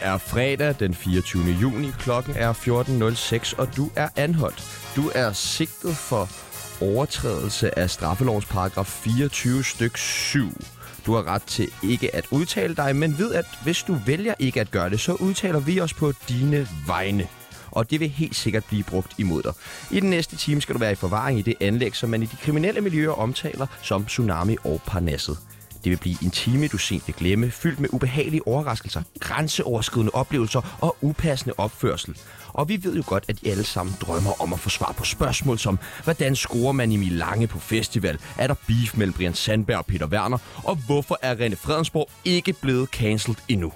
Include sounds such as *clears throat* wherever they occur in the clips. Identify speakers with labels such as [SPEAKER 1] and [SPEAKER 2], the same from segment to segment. [SPEAKER 1] er fredag den 24. juni. Klokken er 14.06, og du er anholdt. Du er sigtet for overtrædelse af straffelovens paragraf 24 styk 7. Du har ret til ikke at udtale dig, men ved at hvis du vælger ikke at gøre det, så udtaler vi os på dine vegne. Og det vil helt sikkert blive brugt imod dig. I den næste time skal du være i forvaring i det anlæg, som man i de kriminelle miljøer omtaler som Tsunami og Parnasset. Det vil blive en time, du sent vil glemme, fyldt med ubehagelige overraskelser, grænseoverskridende oplevelser og upassende opførsel. Og vi ved jo godt, at I alle sammen drømmer om at få svar på spørgsmål som, hvordan scorer man i Milange på festival? Er der beef mellem Brian Sandberg og Peter Werner? Og hvorfor er René Fredensborg ikke blevet cancelled endnu?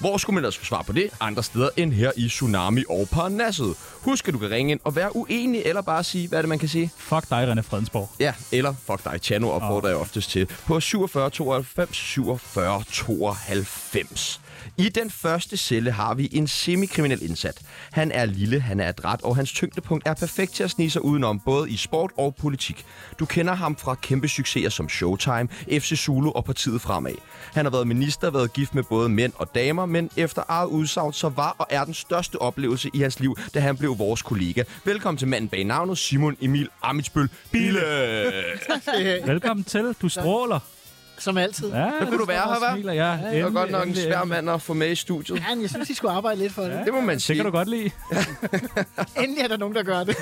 [SPEAKER 1] Hvor skulle man ellers få svar på det? Andre steder end her i Tsunami og Parnasset. Husk, at du kan ringe ind og være uenig, eller bare sige, hvad er det, man kan sige?
[SPEAKER 2] Fuck dig, René Fredensborg.
[SPEAKER 1] Ja, eller fuck dig, Tjano opfordrer jeg oftest til, på 47 92 47 92. I den første celle har vi en semikriminel indsat. Han er lille, han er adræt, og hans tyngdepunkt er perfekt til at snige sig udenom, både i sport og politik. Du kender ham fra kæmpe succeser som Showtime, FC Zulu og partiet fremad. Han har været minister, været gift med både mænd og damer, men efter eget udsagn, så var og er den største oplevelse i hans liv, da han blev vores kollega. Velkommen til manden bag navnet, Simon Emil Amitsbøl Bille.
[SPEAKER 2] Velkommen til. Du stråler.
[SPEAKER 3] Øh, Som altid. Ja,
[SPEAKER 2] Ja,
[SPEAKER 1] kunne du være her, hva'?
[SPEAKER 2] hva'? Ja, ja,
[SPEAKER 1] Det var godt nok en svær mand at få med i studiet.
[SPEAKER 3] men jeg synes, I skulle arbejde lidt for det.
[SPEAKER 1] Det må man
[SPEAKER 2] Det
[SPEAKER 1] sige.
[SPEAKER 2] kan du godt lide.
[SPEAKER 3] Endelig er der nogen, der gør det.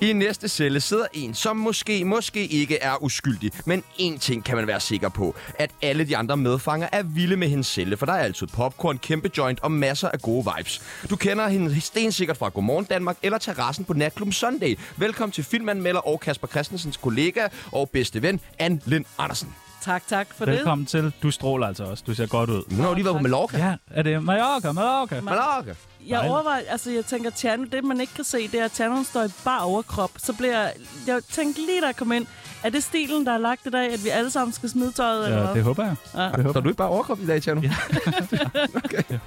[SPEAKER 1] I næste celle sidder en, som måske, måske ikke er uskyldig. Men én ting kan man være sikker på. At alle de andre medfanger er vilde med hendes celle. For der er altid popcorn, kæmpe joint og masser af gode vibes. Du kender hende stensikkert fra Godmorgen Danmark eller terrassen på Natklub Sunday. Velkommen til filmanmelder og Kasper Christensens kollega og bedste ven, Anne Lind Andersen.
[SPEAKER 4] Tak, tak for
[SPEAKER 2] Velkommen til. Du stråler altså også. Du ser godt ud.
[SPEAKER 1] Hun har jo lige været på Mallorca.
[SPEAKER 2] Ja, er det Mallorca, Mallorca?
[SPEAKER 1] Mallorca.
[SPEAKER 4] det. Jeg overvejer, altså jeg tænker, Tjerno, det man ikke kan se, det er, at Tjerno står i bare overkrop. Så bliver jeg, jeg tænkte lige, da jeg kom ind, er det stilen, der er lagt i dag, at vi alle sammen skal smide tøjet? eller
[SPEAKER 2] Ja,
[SPEAKER 4] hvad?
[SPEAKER 2] det håber jeg. Det
[SPEAKER 1] Så
[SPEAKER 2] håber,
[SPEAKER 1] er du ikke bare overkommet i dag, Tjerno?
[SPEAKER 2] jeg.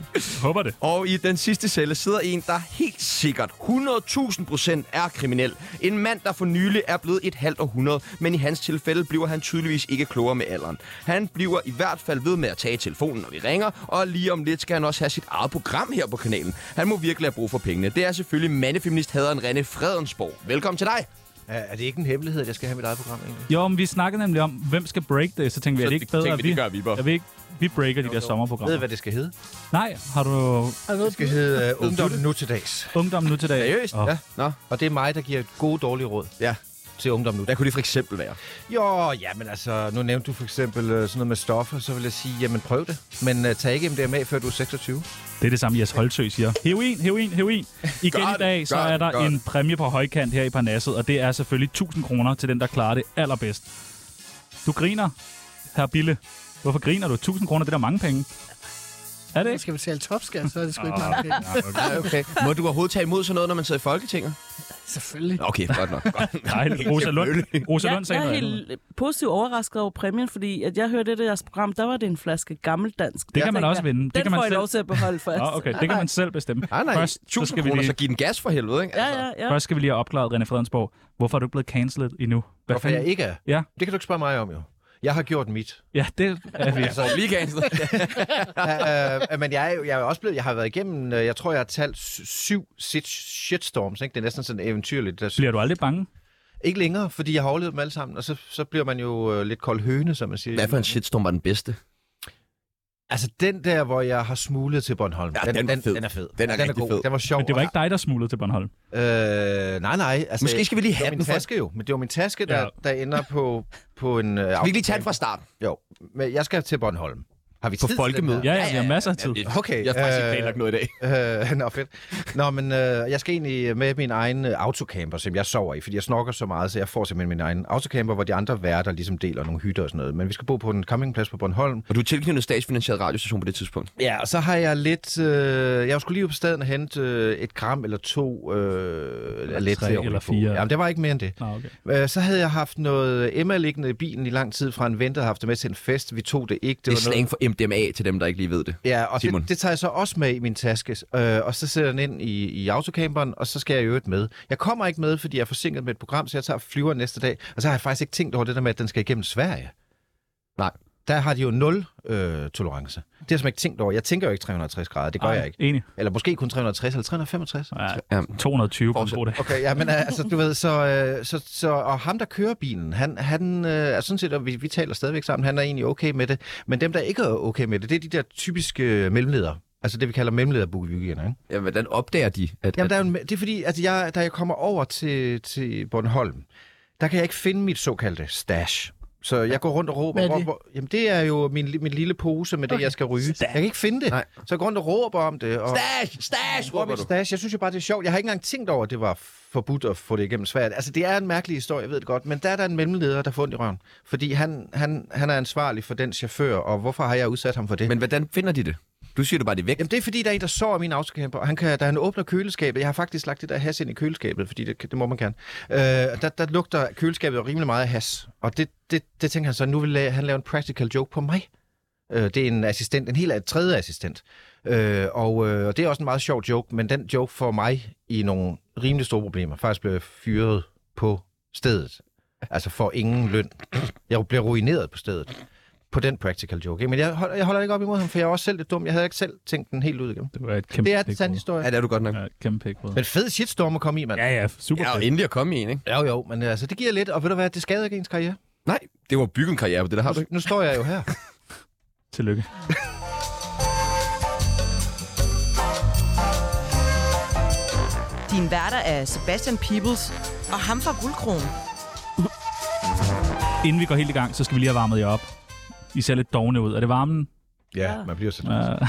[SPEAKER 2] håber det.
[SPEAKER 1] Og i den sidste celle sidder en, der helt sikkert 100.000 procent er kriminel. En mand, der for nylig er blevet et halvt århundrede, men i hans tilfælde bliver han tydeligvis ikke klogere med alderen. Han bliver i hvert fald ved med at tage telefonen, når vi ringer, og lige om lidt skal han også have sit eget program her på kanalen. Han må virkelig have brug for pengene. Det er selvfølgelig mandefeminist-haderen René Fredensborg. Velkommen til dig.
[SPEAKER 5] Er, er det ikke en hemmelighed, at jeg skal have mit eget program egentlig?
[SPEAKER 2] Jo, men vi snakkede nemlig om, hvem skal break det, så tænkte vi,
[SPEAKER 1] Så
[SPEAKER 2] er det ikke
[SPEAKER 1] tænkte
[SPEAKER 2] bedre,
[SPEAKER 1] vi, det gør vi bare.
[SPEAKER 2] at vi, ikke, vi breaker de der
[SPEAKER 5] Ved I,
[SPEAKER 2] sommerprogrammer?
[SPEAKER 5] hvad det skal hedde?
[SPEAKER 2] Nej, har du
[SPEAKER 5] Det skal hedde uh, Ungdom Nu til dags.
[SPEAKER 2] ungdom nu til dag?
[SPEAKER 1] Seriøst?
[SPEAKER 2] Åh,
[SPEAKER 1] Ja. Nå,
[SPEAKER 5] Og det er mig, der giver gode dårlige råd
[SPEAKER 1] ja.
[SPEAKER 5] til Ungdom Nu.
[SPEAKER 1] Hvad kunne det for eksempel være?
[SPEAKER 5] Jo, ja, men altså, nu nævnte du for eksempel øh, sådan noget med stoffer, så vil jeg sige, jamen prøv det. Men uh, tag ikke MDMA, før du er 26.
[SPEAKER 2] Det er det samme, Jes Holtsø siger. Heroin, heroin, heroin. Igen
[SPEAKER 1] Gør
[SPEAKER 2] i
[SPEAKER 1] det,
[SPEAKER 2] dag, så
[SPEAKER 1] gør
[SPEAKER 2] er
[SPEAKER 1] det,
[SPEAKER 2] der
[SPEAKER 1] gør
[SPEAKER 2] en
[SPEAKER 1] det.
[SPEAKER 2] præmie på højkant her i Parnasset, og det er selvfølgelig 1000 kroner til den, der klarer det allerbedst. Du griner, herr Bille. Hvorfor griner du? 1000 kroner, det er da mange penge. Er det
[SPEAKER 3] Man
[SPEAKER 2] ikke?
[SPEAKER 3] skal betale topskat, så er det sgu ikke mange penge.
[SPEAKER 1] Ja, okay. Må du overhovedet tage imod sådan noget, når man sidder i Folketinget?
[SPEAKER 3] Selvfølgelig.
[SPEAKER 1] Nå, Okay, godt nok. Godt.
[SPEAKER 2] Nej, Rosa Lund, Rosa Lund
[SPEAKER 4] jeg,
[SPEAKER 2] sagde
[SPEAKER 4] jeg er
[SPEAKER 2] noget andet.
[SPEAKER 4] helt øh, positivt overrasket over præmien, fordi at jeg hørte det deres program, der var det en flaske gammeldansk.
[SPEAKER 2] Det
[SPEAKER 4] Jeg
[SPEAKER 2] kan man
[SPEAKER 4] tænkte,
[SPEAKER 2] også vinde. Det
[SPEAKER 4] Den
[SPEAKER 2] kan man
[SPEAKER 4] får I
[SPEAKER 2] selv-
[SPEAKER 4] lov til at
[SPEAKER 2] *laughs*
[SPEAKER 4] beholde først.
[SPEAKER 2] Nå, okay, det kan man selv bestemme.
[SPEAKER 1] Ah, Nej, nej.
[SPEAKER 2] Først, så
[SPEAKER 1] 1000
[SPEAKER 2] skal vi
[SPEAKER 1] kroner,
[SPEAKER 2] lige-
[SPEAKER 1] så giv den gas for helvede, ikke? Altså,
[SPEAKER 4] Ja, ja, ja.
[SPEAKER 2] Først skal vi lige have opklaret, René Fredensborg. Hvorfor er du ikke blevet cancelled endnu? Hvad
[SPEAKER 5] *laughs* Hvorfor jeg ikke er?
[SPEAKER 2] Ja.
[SPEAKER 5] Det kan du ikke spørge mig om, jo. Jeg har gjort mit.
[SPEAKER 2] Ja, det er *laughs* vi.
[SPEAKER 1] Altså, lige cancelled.
[SPEAKER 5] uh, men jeg, er jo- jeg er jo også blevet, jeg har været igennem, uh, jeg tror, jeg har talt sy- syv sit- shitstorms, ikke? Det er næsten sådan eventyrligt. Der,
[SPEAKER 2] Bliver du aldrig bange?
[SPEAKER 5] Ikke længere, fordi jeg har overlevet dem alle sammen, og så, så bliver man jo uh, lidt kold høne, som man siger.
[SPEAKER 1] Hvad for en shitstorm var den bedste?
[SPEAKER 5] Altså den der, hvor jeg har smuglet til Bornholm.
[SPEAKER 1] Ja, den var
[SPEAKER 5] den,
[SPEAKER 1] fed.
[SPEAKER 5] den er fed.
[SPEAKER 1] Den er rigtig
[SPEAKER 5] god.
[SPEAKER 1] fed.
[SPEAKER 5] Den var sjov.
[SPEAKER 2] Men det var ikke dig, der smuglede til Bornholm.
[SPEAKER 5] Øh, nej, nej. Altså,
[SPEAKER 1] Måske skal vi lige
[SPEAKER 5] det var
[SPEAKER 1] have
[SPEAKER 5] min
[SPEAKER 1] den først.
[SPEAKER 5] taske jo. Men det var min taske, der,
[SPEAKER 2] Ja.
[SPEAKER 5] ja. der ender på, på en... Øh,
[SPEAKER 1] Skal vi ikke lige tage den fra starten?
[SPEAKER 5] Jo, men jeg skal til Bornholm. Har vi
[SPEAKER 1] På
[SPEAKER 5] tid til den
[SPEAKER 1] folkemødet.
[SPEAKER 5] her?
[SPEAKER 2] Ja, ja, vi har masser af tid.
[SPEAKER 5] Okay,
[SPEAKER 1] Jeg har faktisk ikke
[SPEAKER 5] øh,
[SPEAKER 1] planlagt noget i dag.
[SPEAKER 5] Øh, nå, fedt. Nå, men øh, jeg skal egentlig med min egen øh, autocamper, som jeg sover i, fordi jeg snorker så meget, så jeg får simpelthen min egen autocamper, hvor de andre værter ligesom deler nogle hytter og sådan noget. Men vi skal bo på en campingplads på Bornholm,
[SPEAKER 1] Og du er tilknyttet en statsfinansieret radiostation på det tidspunkt.
[SPEAKER 5] Ja, og så har jeg lidt... Øh, jeg skulle lige op på staden og hente øh, et gram eller to. Øh, eller lidt
[SPEAKER 2] tre
[SPEAKER 5] til at
[SPEAKER 2] eller
[SPEAKER 5] få.
[SPEAKER 2] fire.
[SPEAKER 5] Jamen, det var ikke mere end det.
[SPEAKER 2] Nå, okay.
[SPEAKER 5] Øh, så havde jeg haft noget Emma liggende i bilen i lang tid fra en ven, der havde haft det med til en fest. Vi tog det ikke.
[SPEAKER 1] Det er slang for MDMA til dem, der ikke lige ved det.
[SPEAKER 5] Ja, og
[SPEAKER 1] Simon.
[SPEAKER 5] det, det tager jeg så også med i min taske, øh, og så sætter jeg den ind i, i autocamperen, og så skal jeg i øvrigt med. Jeg kommer ikke med, fordi jeg er forsinket med et program, så jeg tager flyver næste dag, og så har jeg faktisk ikke tænkt over det der med, at den skal igennem Sverige.
[SPEAKER 1] Nej.
[SPEAKER 5] der har de jo nul øh, tolerance. Det har jeg simpelthen ikke tænkt over. Jeg tænker jo ikke 360 grader, det gør Ej. jeg ikke.
[SPEAKER 2] Enig.
[SPEAKER 5] Eller måske kun 360 eller 365.
[SPEAKER 2] Ja,
[SPEAKER 1] Jamen,
[SPEAKER 2] 220 på en
[SPEAKER 1] fortsæt.
[SPEAKER 2] god dag.
[SPEAKER 5] Okay, ja, men øh, altså, du ved, så, øh, så, så, og ham, der kører bilen, han, han øh, er sådan set, og vi, vi taler stadigvæk sammen, han er egentlig okay med det, men dem, der ikke er okay med det, det er de der typiske øh, mellemledere. Altså det, vi kalder mellemlederbookivigierne, ikke?
[SPEAKER 1] Ja, hvordan opdager de? At,
[SPEAKER 5] Jamen, der
[SPEAKER 1] at,
[SPEAKER 5] er jo en, det er fordi, at jeg, da jeg kommer over til, til Bornholm, der kan jeg ikke finde mit såkaldte stash. Så jeg går rundt og råber.
[SPEAKER 3] Hvad er det?
[SPEAKER 5] råber jamen, det er jo min, min lille pose med det, jeg skal ryge. Jeg kan ikke finde det.
[SPEAKER 1] Nej.
[SPEAKER 5] Så jeg går rundt og råber om det. Og,
[SPEAKER 1] Stash! Stash!
[SPEAKER 5] bruger
[SPEAKER 1] råber
[SPEAKER 5] mit
[SPEAKER 1] du.
[SPEAKER 5] stash. Jeg synes jo bare, det er sjovt. Jeg har ikke engang tænkt over, at det var forbudt at få det igennem Sverige. Altså, det er en mærkelig historie, jeg ved det godt. Men der er der en mellemleder, der får ondt i røven. Fordi han, han, han er ansvarlig for den chauffør, og hvorfor har jeg udsat ham for det?
[SPEAKER 1] Men hvordan finder de det? Du siger du bare, det er væk.
[SPEAKER 5] Jamen, det er fordi, der er en, der sover min autocamper, og han kan, da han åbner køleskabet, jeg har faktisk lagt det der has ind i køleskabet, fordi det, det må man gerne, øh, der, der lugter køleskabet jo rimelig meget af has. Og det, det, det tænker han så, nu vil la- han lave en practical joke på mig. Øh, det er en assistent, en helt a- tredje assistent. Øh, og, øh, og det er også en meget sjov joke, men den joke får mig i nogle rimelig store problemer. Faktisk blev jeg fyret på stedet. Altså for ingen løn. Jeg bliver ruineret på stedet på den practical joke. Ikke? Men jeg holder, jeg holder ikke op imod ham, for jeg er også selv lidt dum. Jeg havde ikke selv tænkt den helt ud igennem.
[SPEAKER 2] Det var et kæmpe
[SPEAKER 5] Det er en
[SPEAKER 2] pæk
[SPEAKER 5] sand
[SPEAKER 2] hoved.
[SPEAKER 5] historie.
[SPEAKER 1] Ja, det er du godt nok.
[SPEAKER 2] Ja, et kæmpe pæk hoved.
[SPEAKER 5] Men fed shitstorm at komme i, mand.
[SPEAKER 2] Ja, ja, super
[SPEAKER 1] Ja, og
[SPEAKER 2] fedt.
[SPEAKER 1] endelig at komme i en, ikke?
[SPEAKER 5] Jo, jo, men altså, det giver lidt, og ved du hvad, det skader ikke ens karriere.
[SPEAKER 1] Nej, det var bygge en karriere på det, der har du
[SPEAKER 5] Nu,
[SPEAKER 1] ikke.
[SPEAKER 5] nu står jeg jo her.
[SPEAKER 2] Tillykke.
[SPEAKER 6] Din værter er Sebastian Peebles og ham fra Guldkronen.
[SPEAKER 2] Inden vi går helt i gang, så skal vi lige have varmet jer op. I ser lidt dogne ud. Er det varmen?
[SPEAKER 5] *laughs* Ja, man bliver så
[SPEAKER 2] Ja,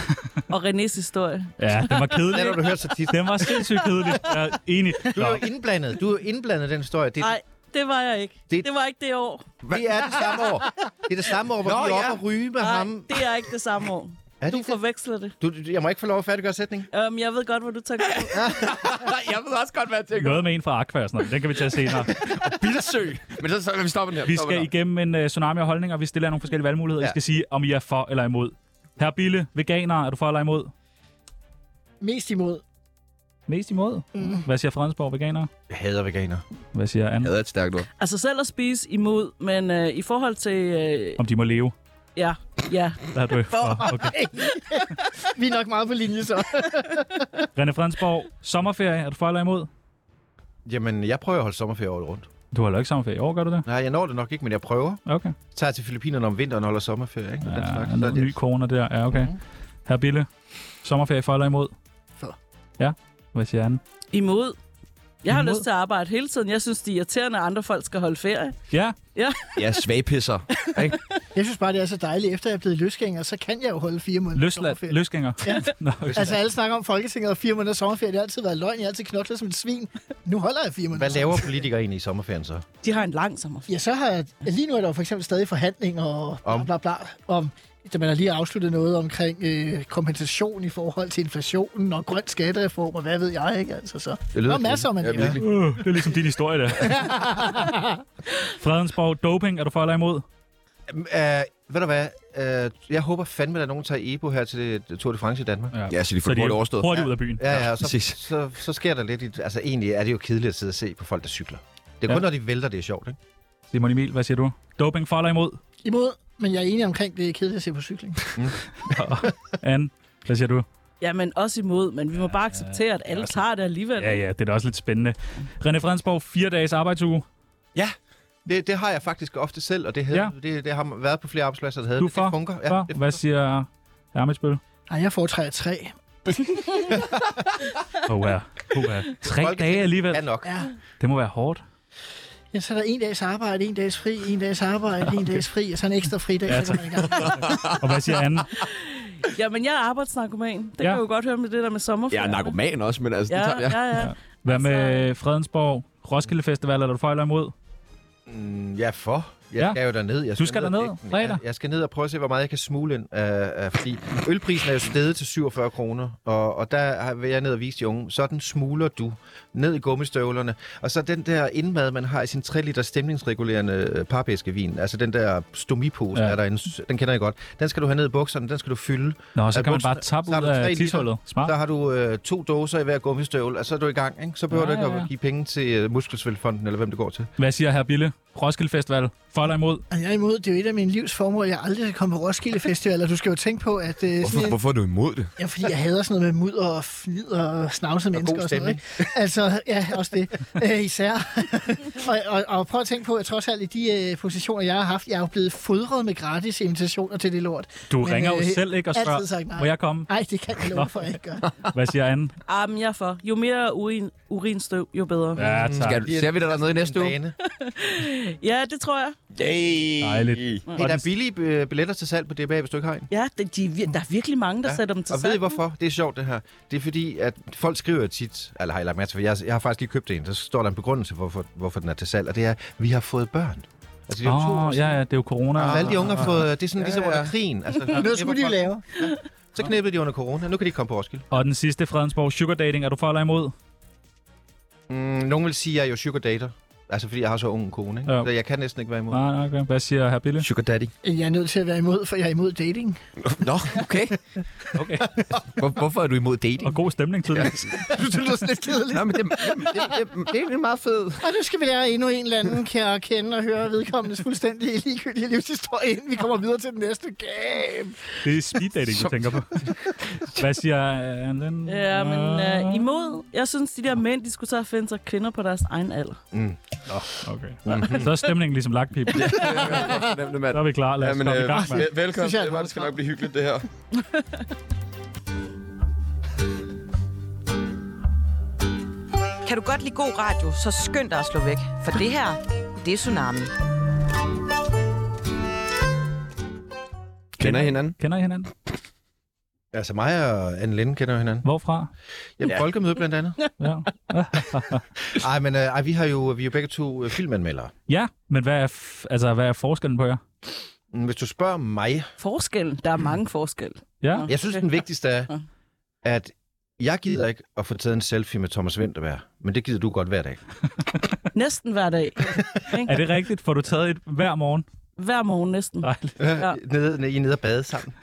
[SPEAKER 4] Og Renés historie.
[SPEAKER 2] ja den var
[SPEAKER 5] Det *laughs*
[SPEAKER 2] kedelig.
[SPEAKER 5] har du hørt så tit.
[SPEAKER 2] Den var sindssygt kedelig. Jeg er enig.
[SPEAKER 5] Du
[SPEAKER 2] Nå,
[SPEAKER 5] er jo indblandet. Du er jo indblandet i den historie. Det,
[SPEAKER 4] Nej, det var jeg ikke.
[SPEAKER 5] Det-
[SPEAKER 4] Det, det var ikke det år.
[SPEAKER 5] det er det samme år. Det er det samme år, hvor
[SPEAKER 1] Nå,
[SPEAKER 5] du er oppe
[SPEAKER 1] ja.
[SPEAKER 5] og ryge med
[SPEAKER 4] Nej,
[SPEAKER 5] ham.
[SPEAKER 4] det er ikke det samme år.
[SPEAKER 5] Er det
[SPEAKER 4] Du
[SPEAKER 5] ikke det?
[SPEAKER 4] forveksler det.
[SPEAKER 5] Du, du- jeg må ikke få lov at færdiggøre sætningen.
[SPEAKER 4] Um, jeg ved godt, hvor du tænker på.
[SPEAKER 1] Nej, jeg ved også godt, hvad jeg tænker.
[SPEAKER 2] noget med en fra Aqua og sådan noget. Den kan vi tage senere.
[SPEAKER 1] Bildsø! Men så, så vi stopper den her.
[SPEAKER 2] Vi
[SPEAKER 1] stopper
[SPEAKER 2] skal
[SPEAKER 1] den her.
[SPEAKER 2] igennem en uh, tsunami af holdninger. Vi stiller jer nogle forskellige valgmuligheder. Ja.
[SPEAKER 5] Ja.
[SPEAKER 2] I skal sige, om I er for eller imod. Herre Bille, veganer, er du for eller imod?
[SPEAKER 3] Mest imod.
[SPEAKER 2] Mest imod. Mm. Hvad siger Fredensborg, veganer?
[SPEAKER 5] Jeg hader veganer.
[SPEAKER 2] Hvad siger
[SPEAKER 1] Jeg
[SPEAKER 2] Anne?
[SPEAKER 1] havde et stærkt ord.
[SPEAKER 4] Altså selv at spise imod, men øh, i forhold til... Øh,
[SPEAKER 2] Om de må leve.
[SPEAKER 4] ja, ja.
[SPEAKER 2] Der er du for. Okay.
[SPEAKER 3] Vi er nok meget på linje så.
[SPEAKER 2] René Fredensborg, sommerferie, er du for eller imod?
[SPEAKER 5] Jamen, jeg prøver at holde sommerferie året rundt.
[SPEAKER 2] Du holder ikke sommerferie i år, gør du det?
[SPEAKER 5] Nej, jeg når det nok ikke, men jeg prøver.
[SPEAKER 2] Okay.
[SPEAKER 5] Tager til Filippinerne om vinteren og holder sommerferie. Ikke? Ja, den slags.
[SPEAKER 2] Ja,
[SPEAKER 5] Så er
[SPEAKER 2] noget
[SPEAKER 5] det-
[SPEAKER 2] ny corner der. Ja, okay. Herre Bille, sommerferie for eller imod?
[SPEAKER 3] For.
[SPEAKER 2] Ja, hvad siger Anne?
[SPEAKER 4] Imod. Jeg har
[SPEAKER 2] Imod?
[SPEAKER 4] imod. lyst til at arbejde hele tiden. Jeg synes, det er irriterende, at andre folk skal holde ferie.
[SPEAKER 2] Ja,
[SPEAKER 1] Ja, svagpisser.
[SPEAKER 3] Jeg synes bare, det er så dejligt. Efter jeg er blevet løsgænger, så kan jeg jo holde fire måneder
[SPEAKER 2] løslad,
[SPEAKER 3] sommerferie.
[SPEAKER 2] løsgænger.
[SPEAKER 3] Ja.
[SPEAKER 2] *laughs* Nå, okay.
[SPEAKER 3] Altså, alle snakker om Folketinget og fire måneder sommerferie. Det har altid været løgn. Jeg har altid knoklet som et svin. Nu holder jeg fire måneder
[SPEAKER 5] Hvad laver politikere egentlig i sommerferien så?
[SPEAKER 4] De har en lang sommerferie.
[SPEAKER 3] Ja, så har jeg, lige nu er der jo for eksempel stadig forhandlinger og bla
[SPEAKER 5] Om?
[SPEAKER 3] bla bla om, da man har lige afsluttet noget omkring øh, kompensation i forhold til inflationen og grøn skattereform og hvad ved jeg, ikke? Altså, så.
[SPEAKER 5] Det
[SPEAKER 3] Der er
[SPEAKER 5] kedeligt.
[SPEAKER 3] masser, man
[SPEAKER 1] Ja,
[SPEAKER 3] ja,
[SPEAKER 1] virkelig.
[SPEAKER 2] Uh, det er ligesom din historie
[SPEAKER 3] *laughs*
[SPEAKER 2] der. Fredensborg, doping, er du for eller imod?
[SPEAKER 5] Uh, ved du hvad? Uh, jeg håber fandme, at der er nogen, der tager Ebo her til Tour de France i Danmark.
[SPEAKER 1] Ja, så de får
[SPEAKER 2] Så
[SPEAKER 1] det
[SPEAKER 2] de
[SPEAKER 1] hurtigt
[SPEAKER 2] er
[SPEAKER 1] overstået.
[SPEAKER 2] hurtigt ud af byen.
[SPEAKER 5] Ja, ja, og så,
[SPEAKER 1] præcis.
[SPEAKER 5] så, så, så sker der lidt... I, altså, egentlig er det jo kedeligt at sidde og se på folk, der cykler. Det er
[SPEAKER 2] Ja.
[SPEAKER 5] kun, når de vælter, det er sjovt, ikke?
[SPEAKER 2] Simon Emil, hvad siger du? Doping for eller imod?
[SPEAKER 3] Imod, men jeg er enig omkring, det er kedeligt at se på cykling.
[SPEAKER 2] Anne, hvad siger du?
[SPEAKER 4] Jamen, også imod, men vi må bare acceptere, at alle klarer det alligevel.
[SPEAKER 2] Ja, ja, det er da også lidt spændende. René Fredensborg, fire dages arbejdsuge.
[SPEAKER 5] Det, det har jeg faktisk ofte selv, og det, havde, ja. det, det har været på flere arbejdspladser, der havde
[SPEAKER 2] Du
[SPEAKER 5] det.
[SPEAKER 2] er for?
[SPEAKER 5] Det fungerer.
[SPEAKER 2] Ja,
[SPEAKER 5] det,
[SPEAKER 2] hvad siger Hermitsbøl?
[SPEAKER 3] Nej, jeg foretræder tre.
[SPEAKER 2] Oh, ja. Oh, ja. Tre
[SPEAKER 5] Folketinget
[SPEAKER 2] dage alligevel.
[SPEAKER 5] er nok.
[SPEAKER 3] Ja.
[SPEAKER 2] Det må være hårdt.
[SPEAKER 3] ja, så er der en dags arbejde, en dags fri, en dags arbejde, okay. en dags fri, og så en ekstra fridag,
[SPEAKER 2] Ja,
[SPEAKER 3] ja, så går man i gang.
[SPEAKER 2] Og hvad siger Anne?
[SPEAKER 4] Jamen, jeg er arbejdsnarkoman. Det
[SPEAKER 2] Ja.
[SPEAKER 4] kan jeg jo godt høre med det der med sommerferie.
[SPEAKER 1] Jeg er narkoman også, men altså, ja, det
[SPEAKER 4] Ja,
[SPEAKER 1] tager jeg.
[SPEAKER 4] ja, ja.
[SPEAKER 2] Hvad med Fredensborg? Roskilde Festival, er du for eller imod?
[SPEAKER 5] Mm, jeg er for. Jeg
[SPEAKER 2] Ja.
[SPEAKER 5] ja. skal jo derned. Jeg
[SPEAKER 2] Du skal
[SPEAKER 5] ned og
[SPEAKER 2] derned
[SPEAKER 5] dække den.
[SPEAKER 2] fredag?
[SPEAKER 5] Jeg, jeg skal ned og prøve at se, hvor meget jeg kan smule ind. Øh, øh, fordi ølprisen er jo steget til 47 kroner, og, og der har- vil jeg ned og vise de unge. Sådan smuler du ned i gummistøvlerne. Og så den der indmad, man har i sin 3 liter stemningsregulerende øh, papæskevin. Altså den der stomipose,
[SPEAKER 2] Ja.
[SPEAKER 5] ja. er der en, den kender jeg godt. Den skal du have ned i bukserne, den skal du fylde.
[SPEAKER 2] Nå, så
[SPEAKER 5] Er
[SPEAKER 2] kan man
[SPEAKER 5] buks-
[SPEAKER 2] bare tappe
[SPEAKER 5] så har
[SPEAKER 2] ud
[SPEAKER 5] du tre
[SPEAKER 2] af
[SPEAKER 5] liter.
[SPEAKER 2] tidshullet. Smart.
[SPEAKER 5] Så har du øh, to dåser i hver gummistøvle, og så er du i gang. Ikke? Så behøver
[SPEAKER 2] Ja,
[SPEAKER 5] ja, du ikke
[SPEAKER 2] ja, ja.
[SPEAKER 5] at give penge til øh, Muskelsvælfonden, eller hvem det går til.
[SPEAKER 2] Hvad siger herr Bille? Roskilde Festival. For eller imod?
[SPEAKER 3] Og jeg er imod, det er jo et af mine livs formål, jeg aldrig skal komme på Roskilde Festival, og du skal jo tænke på, at... Øh, sådan
[SPEAKER 1] Hvorfor,
[SPEAKER 3] en-
[SPEAKER 1] hvorfor er du imod det?
[SPEAKER 3] Ja, fordi jeg hader sådan noget med mudder og flid og snavsede mennesker
[SPEAKER 5] god
[SPEAKER 3] og sådan noget. Ikke? Altså, ja, også det. Æ, især. og, og, og prøv at tænke på, at trods alt i de øh, positioner, jeg har haft, jeg er jo blevet fodret med gratis invitationer til det lort.
[SPEAKER 2] Du
[SPEAKER 3] Men,
[SPEAKER 2] Men, ringer jo
[SPEAKER 3] øh,
[SPEAKER 2] selv ikke og
[SPEAKER 3] altid
[SPEAKER 2] spørger,
[SPEAKER 3] sagt nej.
[SPEAKER 2] må jeg komme?
[SPEAKER 3] Nej, det kan jeg love for, at jeg ikke gør.
[SPEAKER 2] Hvad siger Anne?
[SPEAKER 4] Ah, men jeg er for. Jo mere urin, urinstøv, jo bedre. Ja.
[SPEAKER 2] Ja, tak.
[SPEAKER 1] Skal, du- ser vi dig dernede i næste uge?
[SPEAKER 5] Dane.
[SPEAKER 4] ja, det tror jeg.
[SPEAKER 5] Yay.
[SPEAKER 2] Dejligt.
[SPEAKER 5] Hey, der er billige øh, billetter til salg på DBA, hvis du ikke har en.
[SPEAKER 4] Ja, det, de, er vir- der er virkelig mange, der ja.
[SPEAKER 5] Ja.
[SPEAKER 4] sætter dem til
[SPEAKER 5] Og ved I
[SPEAKER 4] salg.
[SPEAKER 5] hvorfor? Det er sjovt, det her. Det er fordi, at folk skriver tit, eller har I lagt mærke til, for jeg, jeg har faktisk lige købt en, så står der en begrundelse, hvorfor, hvorfor den er til salg, og det er, vi har fået børn. Altså, det er jo to
[SPEAKER 2] Åh,
[SPEAKER 5] år
[SPEAKER 2] oh,
[SPEAKER 5] siden.
[SPEAKER 2] ja, ja, det er jo corona.
[SPEAKER 5] Og alle de unge har fået, det er sådan ja, ligesom ja. under krigen. *laughs* Altså,
[SPEAKER 3] Noget skulle de jo lave.
[SPEAKER 5] Så knæppede de under corona, nu kan de ikke komme på Roskilde.
[SPEAKER 2] Og den sidste, Fredensborg Sugar Dating, er du for eller imod?
[SPEAKER 5] Mm, nogen vil sige, at jeg er jo sugar dater. Altså, fordi jeg har så ung en kone, ikke?
[SPEAKER 2] Ja.
[SPEAKER 5] Så jeg kan næsten ikke være imod.
[SPEAKER 2] Nej, nej, okay. Hvad siger herr Bille?
[SPEAKER 1] Sugar daddy.
[SPEAKER 3] Øh, Jeg er nødt til at være imod, for jeg er imod dating.
[SPEAKER 1] Nå, okay.
[SPEAKER 2] Okay.
[SPEAKER 1] Hvor, hvorfor er du imod dating?
[SPEAKER 2] Og god stemning tydeligvis.
[SPEAKER 3] *laughs* det lyder sådan lidt kedeligt.
[SPEAKER 1] Nej, men det, jamen, det, det, det er en meget fed...
[SPEAKER 3] Og nu skal vi lære endnu en eller anden kære at kende og høre vedkommendes fuldstændig ligegyldige livshistorie, inden vi kommer videre til den næste game.
[SPEAKER 2] *laughs* Det er speed dating, du tænker på. Hvad siger øh, Anne?
[SPEAKER 4] Ja, men uh, imod. Jeg synes, de der mænd, de skulle så finde sig kvinder på deres egen alder.
[SPEAKER 2] Okay. Så er stemningen ligesom lagt, Pip.
[SPEAKER 1] øh,
[SPEAKER 2] Så er vi klar. Lad os komme
[SPEAKER 5] øh,
[SPEAKER 2] i gang, mand.
[SPEAKER 1] velkommen.
[SPEAKER 3] Synes jeg, Det var- det skal
[SPEAKER 1] nok blive hyggeligt, det her.
[SPEAKER 6] Kan du godt lide god radio, så skynd dig at slå væk. For det her, det er Tsunami.
[SPEAKER 1] Kender I hinanden?
[SPEAKER 2] Kender I hinanden?
[SPEAKER 5] Altså, mig og Anne Linde kender jo hinanden.
[SPEAKER 2] Hvorfra?
[SPEAKER 5] Jamen, ja. folkemøde blandt andet.
[SPEAKER 2] Ja.
[SPEAKER 5] *laughs* Ej, men øh, ej, vi, har jo, vi er jo begge to øh, filmanmeldere.
[SPEAKER 2] ja, men hvad er, f- altså, hvad er forskellen på jer?
[SPEAKER 5] Mm, Hvis du spørger mig,
[SPEAKER 4] Forskellen. Der er mange forskelle.
[SPEAKER 2] Ja,
[SPEAKER 4] Nå.
[SPEAKER 5] Jeg synes, den
[SPEAKER 4] *laughs*
[SPEAKER 5] vigtigste
[SPEAKER 4] Ja.
[SPEAKER 5] er, at jeg gider ikke at få taget en selfie med Thomas Vinterberg, men det gider du godt hver dag.
[SPEAKER 4] Næsten hver
[SPEAKER 5] *laughs*
[SPEAKER 4] dag.
[SPEAKER 2] er det rigtigt? Får du taget et hver morgen?
[SPEAKER 4] Hver morgen næsten.
[SPEAKER 2] Dejligt.
[SPEAKER 4] Ja.
[SPEAKER 5] Ja. Øh, Nede, nede, I er nede og bade
[SPEAKER 4] *laughs*
[SPEAKER 5] sammen.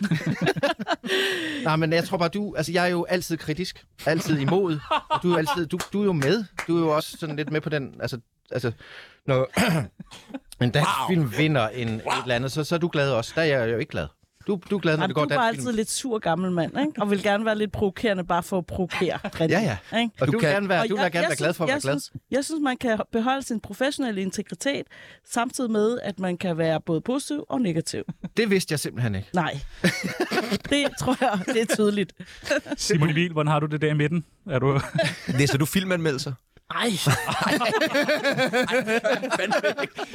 [SPEAKER 5] Nej, men jeg tror bare, du... Altså, jeg er jo altid kritisk. Altid imod. Og du er, jo altid, du, du er jo med. Du er jo også sådan lidt med på den... Altså, altså når *clears throat* en dansk wow. film vinder en, wow. et eller andet, så, så er du glad også. Der er jeg jo ikke glad. Du, du er glad, når
[SPEAKER 4] Jamen,
[SPEAKER 5] det
[SPEAKER 4] du
[SPEAKER 5] går
[SPEAKER 4] er bare
[SPEAKER 5] dansk
[SPEAKER 4] altid
[SPEAKER 5] film.
[SPEAKER 4] lidt sur gammel mand, ikke? og vil gerne være lidt provokerende, bare for at provokere. Rigtig,
[SPEAKER 5] Ja, ja.
[SPEAKER 4] Ikke?
[SPEAKER 5] Og du,
[SPEAKER 1] Du
[SPEAKER 5] du
[SPEAKER 1] kan-
[SPEAKER 5] kan gerne være,
[SPEAKER 4] Og
[SPEAKER 5] du vil
[SPEAKER 4] jeg-
[SPEAKER 5] gerne
[SPEAKER 4] jeg
[SPEAKER 5] være glad for at være
[SPEAKER 4] synes,
[SPEAKER 5] glad.
[SPEAKER 4] jeg Synes, jeg synes, man kan beholde sin professionelle integritet, samtidig med, at man kan være både positiv og negativ.
[SPEAKER 5] Det vidste jeg simpelthen ikke. *laughs*
[SPEAKER 4] Nej. det tror jeg, det er tydeligt.
[SPEAKER 2] Simon Emil, hvordan har du det der i midten? Er du... *laughs*
[SPEAKER 1] Læser du filmanmeldelser?
[SPEAKER 3] Ej,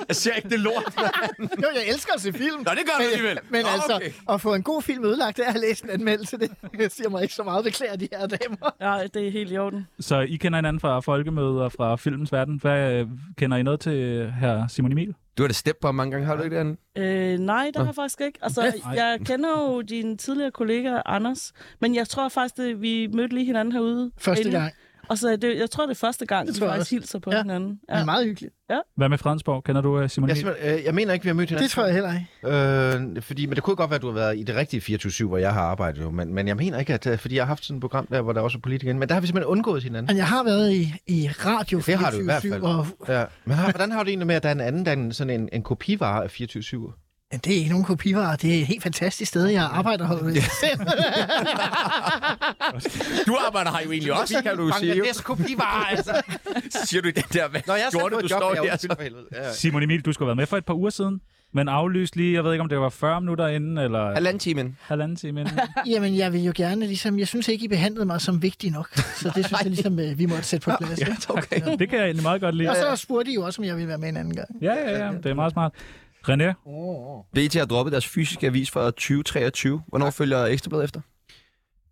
[SPEAKER 1] Jeg ser ikke det lort.
[SPEAKER 3] jo, jeg elsker at se film.
[SPEAKER 1] Nå, det gør du alligevel.
[SPEAKER 3] Men
[SPEAKER 1] Nå,
[SPEAKER 3] altså,
[SPEAKER 1] okay.
[SPEAKER 3] at få en god film ødelagt af at læse en anmeldelse, det siger mig ikke så meget. Beklager de her damer.
[SPEAKER 4] Nej, det er helt i orden.
[SPEAKER 2] Så I kender hinanden fra folkemøder og fra filmens verden. Hvad øh, kender I noget til her Simon Emil?
[SPEAKER 1] Du har da stemt på ham mange gange, har du ikke det, Anne?
[SPEAKER 4] Øh, nej, det har jeg faktisk ikke. Altså, jeg kender jo din tidligere kollega, Anders, men jeg tror faktisk, at vi mødte lige hinanden herude.
[SPEAKER 3] Første
[SPEAKER 4] inden.
[SPEAKER 3] gang.
[SPEAKER 4] Og så er det, jeg tror, det er første gang,
[SPEAKER 3] Det
[SPEAKER 4] vi
[SPEAKER 3] tror jeg
[SPEAKER 4] faktisk
[SPEAKER 3] også.
[SPEAKER 4] hilser på
[SPEAKER 3] Ja.
[SPEAKER 4] hinanden.
[SPEAKER 3] Ja. Det er meget hyggeligt.
[SPEAKER 2] Hvad med Fredensborg? Kender du øh, Simon
[SPEAKER 5] Jeg, er
[SPEAKER 2] Emil?
[SPEAKER 5] simpelthen- øh, jeg mener ikke, vi har mødt hinanden.
[SPEAKER 3] Det tror jeg heller ikke.
[SPEAKER 5] Øh, fordi, men det kunne godt være, at du har været i det rigtige 24-7, hvor jeg har arbejdet jo, men, men jeg mener ikke, at øh, fordi jeg har haft sådan et program der, hvor der også er politikere inde, men der har vi simpelthen undgået hinanden.
[SPEAKER 3] Men jeg har været i, i Radio
[SPEAKER 5] Det har du i hvert
[SPEAKER 3] 24/7,
[SPEAKER 5] fald.
[SPEAKER 3] Og,
[SPEAKER 5] Ja. Men har, hvordan har du det egentlig med, at der er en anden, der er en, sådan en, en kopivare af 24-7?
[SPEAKER 3] ja, det er ikke nogen kopivarer. Det er et helt fantastisk sted, jeg arbejder her.
[SPEAKER 1] Du arbejder her jo egentlig også, kan du sige. jo.
[SPEAKER 5] kopivare, altså.
[SPEAKER 1] Siger du i den der
[SPEAKER 5] Nå, jeg har selv
[SPEAKER 1] skjorte,
[SPEAKER 5] fået
[SPEAKER 1] du
[SPEAKER 5] et job,
[SPEAKER 1] står
[SPEAKER 5] jeg
[SPEAKER 1] i,
[SPEAKER 5] er
[SPEAKER 1] altså.
[SPEAKER 5] undskyld for helvede. Ja.
[SPEAKER 2] Simon Emil, du skulle have været med for et par uger siden, men aflyst lige, jeg ved ikke, om det var 40 minutter inden, eller
[SPEAKER 1] Halvanden timen.
[SPEAKER 2] halvanden time inden.
[SPEAKER 3] Jamen, jeg vil jo gerne ligesom... Jeg synes ikke, I behandlede mig som vigtig nok. Så det synes jeg ligesom, øh, vi måtte sætte på plads. Ja.
[SPEAKER 1] Okay.
[SPEAKER 2] det kan jeg egentlig meget godt
[SPEAKER 3] *laughs*
[SPEAKER 2] lide.
[SPEAKER 3] Og så spurgte I jo også, om jeg ville være med en anden gang.
[SPEAKER 2] Ja, ja, ja, det er meget smart. René,
[SPEAKER 1] BT har droppet deres fysiske avis fra 2023. Hvornår følger Ekstrabladet efter?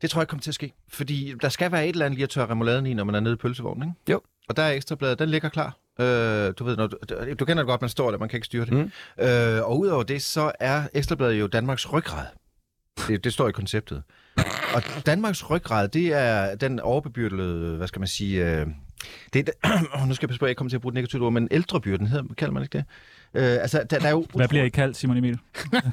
[SPEAKER 5] Det tror jeg kommer til at ske, fordi der skal være et eller andet lige at tørre remouladen i, når man er nede i pølsevognen, ikke?
[SPEAKER 1] Jo.
[SPEAKER 5] Og der er ekstrabladet, den ligger klar. Øh, du ved, når du, du kender det godt, man står der, man kan ikke styre det.
[SPEAKER 1] Mm.
[SPEAKER 5] Øh, og udover det, så er Ekstrabladet jo Danmarks ryggrad. Det, det står i konceptet. Og Danmarks ryggrad, det er den overbebyrdede, hvad skal man sige, øh, Det er, *clears throat* oh, nu skal jeg passe på, at jeg ikke kommer til at bruge et negativt ord, men ældrebyrden hedder, kalder man ikke det? Øh, altså, der, der er jo
[SPEAKER 2] Hvad bliver I kaldt, Simon Emil?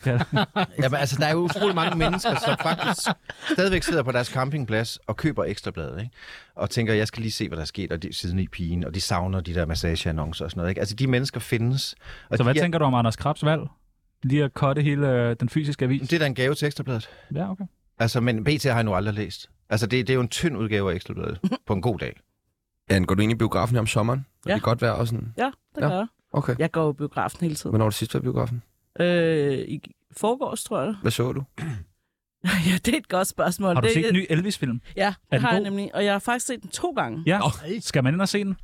[SPEAKER 5] Jamen, altså, der er jo utrolig *laughs* mange mennesker, som faktisk stadigvæk sidder på deres campingplads og køber ekstrabladet, ikke? Og tænker, jeg skal lige se, hvad der er sket, og de, siden i pigen, og de savner de der massageannoncer og sådan noget, ikke? Altså, de mennesker findes. Og
[SPEAKER 2] Så hvad
[SPEAKER 5] de er,
[SPEAKER 2] tænker du om Anders Krabs valg? Lige at cutte hele øh, den fysiske avis?
[SPEAKER 5] Det er da en gave til ekstrabladet.
[SPEAKER 2] Ja, okay.
[SPEAKER 5] Altså, men BT har jeg nu aldrig læst. Altså, det, det er jo en tynd udgave af ekstrabladet på en god dag.
[SPEAKER 1] Anne, går du ind i biografen her om sommeren? Ja.
[SPEAKER 4] Ja.
[SPEAKER 1] Det er godt vejr og sådan.
[SPEAKER 4] Ja, det
[SPEAKER 1] Ja.
[SPEAKER 4] ja. gør jeg.
[SPEAKER 1] Okay.
[SPEAKER 4] Jeg går jo i biografen hele tiden.
[SPEAKER 1] Hvornår har du sidst været i biografen?
[SPEAKER 4] Øh, I forgårs, tror jeg. *laughs*
[SPEAKER 1] Hvad så du?
[SPEAKER 4] ja, det er et godt spørgsmål.
[SPEAKER 2] Har du
[SPEAKER 4] det,
[SPEAKER 2] set en ny Elvis-film?
[SPEAKER 4] Ja,
[SPEAKER 2] den
[SPEAKER 4] det har jeg
[SPEAKER 2] god?
[SPEAKER 4] nemlig. Og jeg har faktisk set den to gange.
[SPEAKER 2] Ja. Skal man ind og se den?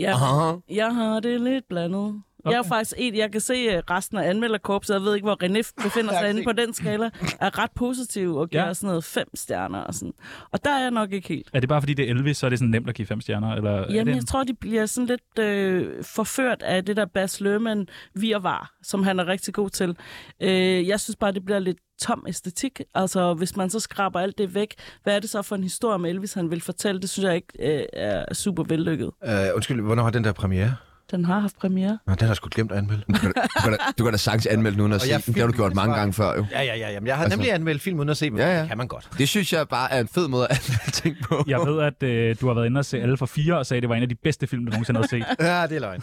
[SPEAKER 4] Ja,
[SPEAKER 1] Aha.
[SPEAKER 4] jeg har det lidt blandet. Okay. Jeg er
[SPEAKER 2] Okay.
[SPEAKER 4] faktisk en, jeg kan se øh, resten af anmelderkorpset. Jeg ved ikke, hvor René befinder sig inde på den skala. Er ret positiv og giver
[SPEAKER 2] Ja.
[SPEAKER 4] ja. sådan noget fem stjerner og sådan. Og der er jeg nok ikke helt.
[SPEAKER 2] Er det bare fordi, det er Elvis, så er det sådan nemt at give fem stjerner? Eller er det
[SPEAKER 4] Jamen,
[SPEAKER 2] en-
[SPEAKER 4] jeg tror, de bliver sådan lidt øh, forført af det der Bas Lerman virvar, som han er rigtig god til. Øh, jeg synes bare, det bliver lidt tom æstetik. Altså, hvis man så skraber alt det væk, hvad er det så for en historie om Elvis, han vil fortælle? Det synes jeg ikke øh, er super vellykket.
[SPEAKER 5] *laughs* Øh, undskyld, hvornår har den der premiere?
[SPEAKER 4] Den har haft premiere.
[SPEAKER 5] Nå, den har jeg sgu glemt at anmelde.
[SPEAKER 1] Du kan da, du kan da, du kan da sagtens anmelde nogen at
[SPEAKER 5] Og
[SPEAKER 1] se
[SPEAKER 5] jeg
[SPEAKER 1] den. Det har du
[SPEAKER 5] fik-
[SPEAKER 1] gjort mange gange før, jo.
[SPEAKER 5] Ja, ja, ja. Jamen, jeg har
[SPEAKER 1] Altså-
[SPEAKER 5] altså... nemlig anmeldt film uden at se dem.
[SPEAKER 1] Ja, ja.
[SPEAKER 5] Det kan man godt.
[SPEAKER 1] Det synes jeg bare er en fed måde at anmelde ting på.
[SPEAKER 2] Jeg ved, at øh, du har været inde og se alle for fire, og sagde, at det var en af de bedste film, du nogensinde havde set.
[SPEAKER 5] Ja, det er løgn.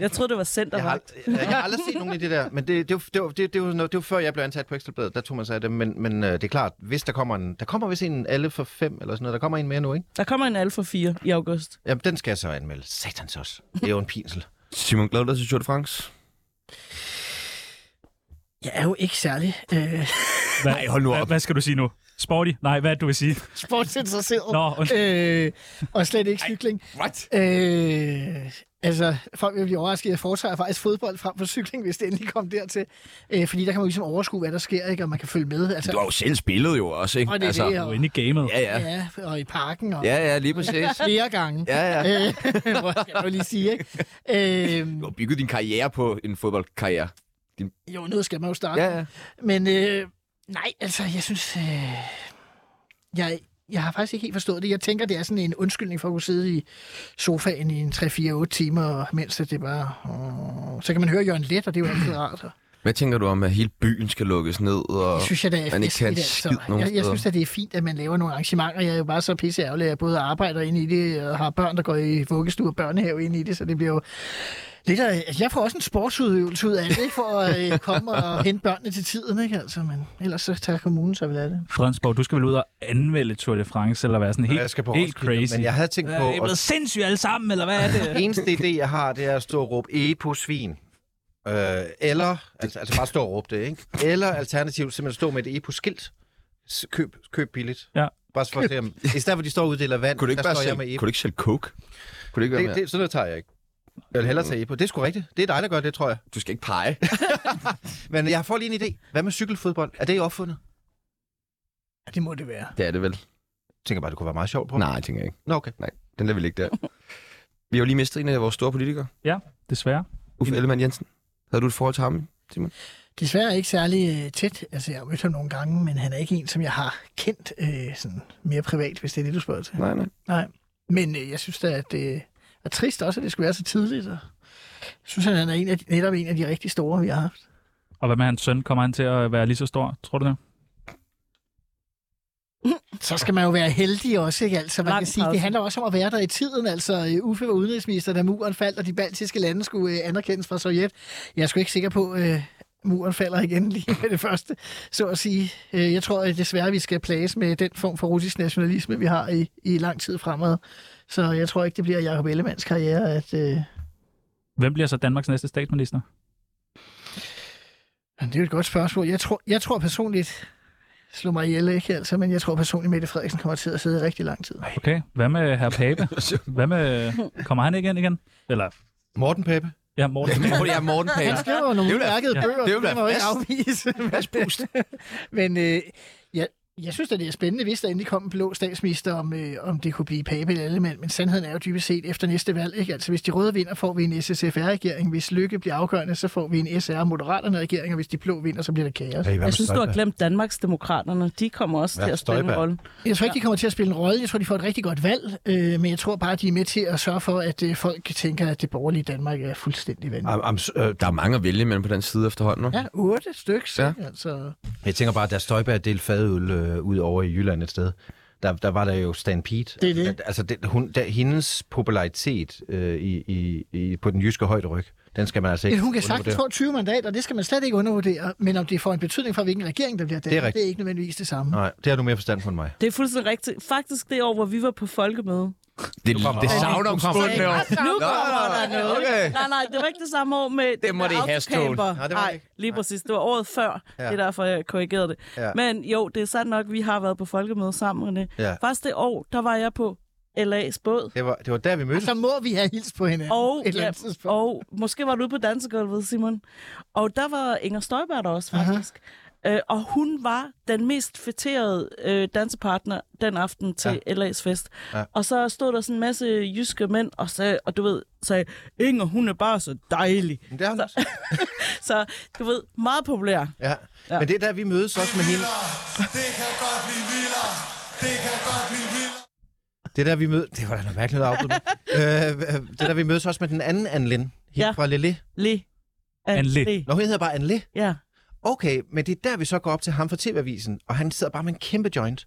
[SPEAKER 4] Jeg troede, det var
[SPEAKER 5] Jeg har,
[SPEAKER 4] centervagt.
[SPEAKER 5] jeg har aldrig set nogen af det der, men det, det, var- det, var- det, det, var, noget- det var før jeg blev ansat på Ekstrabladet, der tog man sig af det, men, men øh, det er klart, hvis der kommer en, der kommer vist en alle for fem eller sådan noget, der kommer en mere nu, ikke?
[SPEAKER 4] Der kommer en Alfa 4 i august.
[SPEAKER 5] Jamen, den skal jeg så anmelde. Satans også. Det er jo en pinsel.
[SPEAKER 1] Simon, glæder du dig til Tour de France?
[SPEAKER 3] Jeg er jo ikke særlig øh,
[SPEAKER 2] Hvad,
[SPEAKER 1] Nej, hold nu
[SPEAKER 2] Hvad,
[SPEAKER 1] op.
[SPEAKER 2] hvad skal du sige nu? Sporty? Nej, hvad er det, du vil sige?
[SPEAKER 3] sportsinteresseret.
[SPEAKER 2] Nå, undskyld.
[SPEAKER 3] øh, og slet ikke cykling.
[SPEAKER 1] What?
[SPEAKER 3] Øh, altså, folk vil blive overrasket. Jeg foretager faktisk fodbold frem for cykling, hvis det endelig kom dertil. Øh, fordi der kan man ligesom overskue, hvad der sker, ikke? og man kan følge med. Altså,
[SPEAKER 1] Du har jo selv spillet jo også, ikke? Altså,
[SPEAKER 3] og det er det,
[SPEAKER 2] Du
[SPEAKER 3] og,
[SPEAKER 2] er inde i gamet.
[SPEAKER 1] ja, ja.
[SPEAKER 3] ja, og i parken, og
[SPEAKER 1] Ja, ja, lige præcis.
[SPEAKER 3] flere gange.
[SPEAKER 1] Ja, ja.
[SPEAKER 3] Øh, *laughs* hvor skal jeg jo lige
[SPEAKER 1] *laughs*
[SPEAKER 3] sige, ikke? Øh,
[SPEAKER 1] Du har bygget din karriere på en fodboldkarriere.
[SPEAKER 3] jo, noget skal man jo starte.
[SPEAKER 1] Ja, ja.
[SPEAKER 3] Men øh, nej, altså, jeg synes... Øh, jeg, jeg har faktisk ikke helt forstået det. Jeg tænker, det er sådan en undskyldning for at kunne sidde i sofaen i en 3-4-8 timer, og mens at det bare... Øh, så kan man høre Jørgen Let, og det er jo altid rart. Og
[SPEAKER 1] Hvad tænker du om, at hele byen skal lukkes ned? Og...
[SPEAKER 3] det synes jeg, det er
[SPEAKER 1] man ikke kan
[SPEAKER 3] festligt, altså.
[SPEAKER 1] skid nogen
[SPEAKER 3] jeg, jeg
[SPEAKER 1] steder.
[SPEAKER 3] synes, at det er fint, at man laver nogle arrangementer. Jeg er jo bare så pisse ærgerlig, at jeg både arbejder inde i det, og har børn, der går i vuggestue og børnehave inde i det, så det bliver jo lidt af, altså, jeg får også en sportsudøvelse ud af det, ikke? for at øh, komme og hente børnene til tiden, ikke? Altså, men ellers så tager kommunen sig vel af det.
[SPEAKER 2] Fredensborg, du skal vel ud og anmelde Tour de France, eller være sådan *laughs* helt,
[SPEAKER 5] jeg skal på
[SPEAKER 2] helt
[SPEAKER 5] Roskilde,
[SPEAKER 2] crazy.
[SPEAKER 5] Men jeg havde tænkt på,
[SPEAKER 2] Øh, I er blevet sindssyge alle sammen, eller hvad er
[SPEAKER 5] *laughs*
[SPEAKER 2] det?
[SPEAKER 5] at eneste idé, jeg har, det er at stå og råbe E på svin. Øh, eller, altså, altså bare stå og råbe det, ikke? Eller alternativt simpelthen stå med et E på skilt. S- Køb, køb billigt.
[SPEAKER 2] Ja.
[SPEAKER 5] Bare for at se, om- i stedet for, at de står og uddeler vand,
[SPEAKER 1] Kunne du ikke
[SPEAKER 5] der
[SPEAKER 1] bare
[SPEAKER 5] står
[SPEAKER 1] sælge,
[SPEAKER 5] jeg med
[SPEAKER 1] kunne
[SPEAKER 5] E
[SPEAKER 1] du ikke sælge coke? Kunne det ikke være
[SPEAKER 5] Det,
[SPEAKER 1] med?
[SPEAKER 5] det, sådan noget tager jeg ikke. Jeg vil hellere tage på. Det er sgu rigtigt. Det er dig, der gør det, tror jeg.
[SPEAKER 1] Du skal ikke pege.
[SPEAKER 5] Men jeg får lige en idé. Hvad med cykelfodbold? Er det opfundet?
[SPEAKER 3] Ja, det må det være.
[SPEAKER 1] Det er det vel.
[SPEAKER 5] Jeg tænker bare, det kunne være meget sjovt på.
[SPEAKER 1] Nej, tænker jeg ikke.
[SPEAKER 5] Nå, okay.
[SPEAKER 1] Den lader vi ligge der. Vi har jo lige mistet en af vores store politikere,
[SPEAKER 2] Desværre.
[SPEAKER 1] Uffe Ellemann Jensen. Havde du et forhold til ham?
[SPEAKER 3] Desværre ikke særlig øh, tæt. Altså, jeg har mødt ham nogle gange, men han er ikke en, som jeg har kendt øh, sådan mere privat, hvis det er det, du spørger til.
[SPEAKER 1] Nej, nej.
[SPEAKER 3] Men øh, jeg synes da, at det er trist også, at det skulle være så tidligt. Og jeg synes, at han er en af, de- netop en af de rigtig store, vi har haft.
[SPEAKER 2] Og hvad med hans søn? Kommer han til at være lige så stor? Tror du det?
[SPEAKER 3] Så skal man jo være heldig også, ikke? Altså, man
[SPEAKER 4] Lang
[SPEAKER 3] kan sige, det
[SPEAKER 4] pause.
[SPEAKER 3] handler også om at være der i tiden. Altså, øh, Uffe var udenrigsminister, da muren faldt, og de baltiske lande skulle øh, anerkendes fra Sovjet. Jeg er sgu ikke sikker på, øh, muren falder igen lige med det første, så at sige. Øh, jeg tror at desværre, vi skal plages med den form for russisk nationalisme, vi har i, i lang tid fremad. Så jeg tror ikke, det bliver Jacob Ellemanns karriere, at... Øh,
[SPEAKER 2] Hvem bliver så Danmarks næste statsminister?
[SPEAKER 3] Jamen, det er jo et godt spørgsmål. Jeg tror, jeg tror personligt, slå mig ihjel ikke altså, men jeg tror personligt, Mette Frederiksen kommer til at sidde i rigtig lang tid.
[SPEAKER 2] Okay, hvad med herr Pape? Hvad med... Kommer han ikke ind igen? Eller...
[SPEAKER 5] Morten Pape.
[SPEAKER 2] Ja, Morten.
[SPEAKER 1] Ja, Morten Page.
[SPEAKER 3] Han skriver jo nogle
[SPEAKER 1] Det er jo da-
[SPEAKER 3] mærkede
[SPEAKER 2] ja,
[SPEAKER 1] *laughs*
[SPEAKER 3] bøger,
[SPEAKER 1] det er jo
[SPEAKER 3] det *laughs*
[SPEAKER 1] da
[SPEAKER 3] kan man jo ikke afvise. Men, øh, jeg, Jeg synes, at det er spændende, hvis der endelig kom en blå statsminister, om, øh, om det kunne blive pape eller alle mand. Men sandheden er jo dybest set efter næste valg. Ikke? Altså, hvis de røde vinder, får vi en SSFR-regering. Hvis Lykke bliver afgørende, så får vi en SR-Moderaterne-regering. Og hvis de blå vinder, så bliver der kaos.
[SPEAKER 5] Hey,
[SPEAKER 4] Jeg synes, du har glemt Danmarks Demokraterne. De kommer også
[SPEAKER 5] Ja,
[SPEAKER 4] til at spille en
[SPEAKER 5] Støjberg.
[SPEAKER 4] rolle.
[SPEAKER 3] Jeg tror ikke, de kommer til at spille en rolle. Jeg tror, de får et rigtig godt valg. Øh, men jeg tror bare, de er med til at sørge for, at øh, folk tænker, at det borgerlige Danmark er fuldstændig vanvittigt.
[SPEAKER 5] Am, am, øh,
[SPEAKER 1] Der er mange at vælge imellem på den side efterhånden, nu.
[SPEAKER 3] Ja, otte stykker.
[SPEAKER 1] Ah. Ja.
[SPEAKER 3] Ja. Altså,
[SPEAKER 5] jeg tænker bare, at der Støjberg delte fadøl øh, ud over i Jylland et sted. Der, der var der jo Stan Pete.
[SPEAKER 3] Det er det.
[SPEAKER 5] At- Altså, det, hun, der, hendes popularitet øh, i, i, i, på den jyske højderyg, den skal man altså ikke
[SPEAKER 3] Men hun kan sagtens
[SPEAKER 5] undervurdere.
[SPEAKER 3] få 20 mandater, det skal man slet ikke undervurdere. Men om det får en betydning for, hvilken regering der bliver dannet, det er,
[SPEAKER 5] rigtigt.
[SPEAKER 3] det er ikke nødvendigvis det samme.
[SPEAKER 5] Nej, det har du mere forstand på end mig.
[SPEAKER 4] Det er fuldstændig rigtigt. Faktisk det år, hvor vi var på folkemøde.
[SPEAKER 1] Det,
[SPEAKER 5] kommer
[SPEAKER 1] det
[SPEAKER 5] der.
[SPEAKER 1] savner om
[SPEAKER 5] kommer
[SPEAKER 1] stunden
[SPEAKER 4] der.
[SPEAKER 1] år.
[SPEAKER 4] Nu kommer der noget.
[SPEAKER 1] Okay.
[SPEAKER 4] Nej, nej, det var ikke det samme år med
[SPEAKER 1] Det må
[SPEAKER 4] med
[SPEAKER 1] det i hastogen.
[SPEAKER 4] autocamper.
[SPEAKER 5] Nej, det var det
[SPEAKER 4] Nej,
[SPEAKER 5] ikke.
[SPEAKER 4] lige præcis. Det var året før.
[SPEAKER 5] Ja.
[SPEAKER 4] Ja. Det er derfor, jeg korrigerede det.
[SPEAKER 5] Ja.
[SPEAKER 4] Ja. Men jo, det er sandt nok, vi har været på folkemøde sammen. René.
[SPEAKER 5] Ja.
[SPEAKER 4] Faktisk det år, der var jeg på LA's båd.
[SPEAKER 5] Det var, det var der, vi mødtes.
[SPEAKER 3] Så
[SPEAKER 4] Altså,
[SPEAKER 3] må vi have hils på hinanden
[SPEAKER 4] *laughs* Og,
[SPEAKER 3] et eller andet
[SPEAKER 4] ja,
[SPEAKER 3] tidspunkt.
[SPEAKER 4] og måske var du ude på dansegulvet, Simon. Og der var Inger Støjberg der også, faktisk. Øh, og hun var den mest fætterede øh, dansepartner den aften til ja. LA's fest.
[SPEAKER 5] Ja.
[SPEAKER 4] Ja. Og så stod der sådan en masse jyske mænd og, sagde, og du ved, sagde, Inger, hun er bare så dejlig.
[SPEAKER 5] Men det har hun også.
[SPEAKER 4] Så du ved, meget populær.
[SPEAKER 5] Ja. ja. Men det er der, vi mødes også med hende.
[SPEAKER 7] Det kan godt blive vildere. Det kan godt blive vildere.
[SPEAKER 5] Det er der, vi mødes... Det var da noget mærkeligt at afbryde mig. øh, *laughs* øh, det er der, vi mødes også med den anden Anne Lind. Hende ja.
[SPEAKER 4] Ja.
[SPEAKER 5] fra Lille.
[SPEAKER 4] Le.
[SPEAKER 2] Anne Le.
[SPEAKER 5] Nå, hun hedder bare Anne Lind.
[SPEAKER 4] Ja.
[SPEAKER 5] Okay, men det er der, vi så går op til ham fra TV-avisen, og han sidder bare med en kæmpe joint.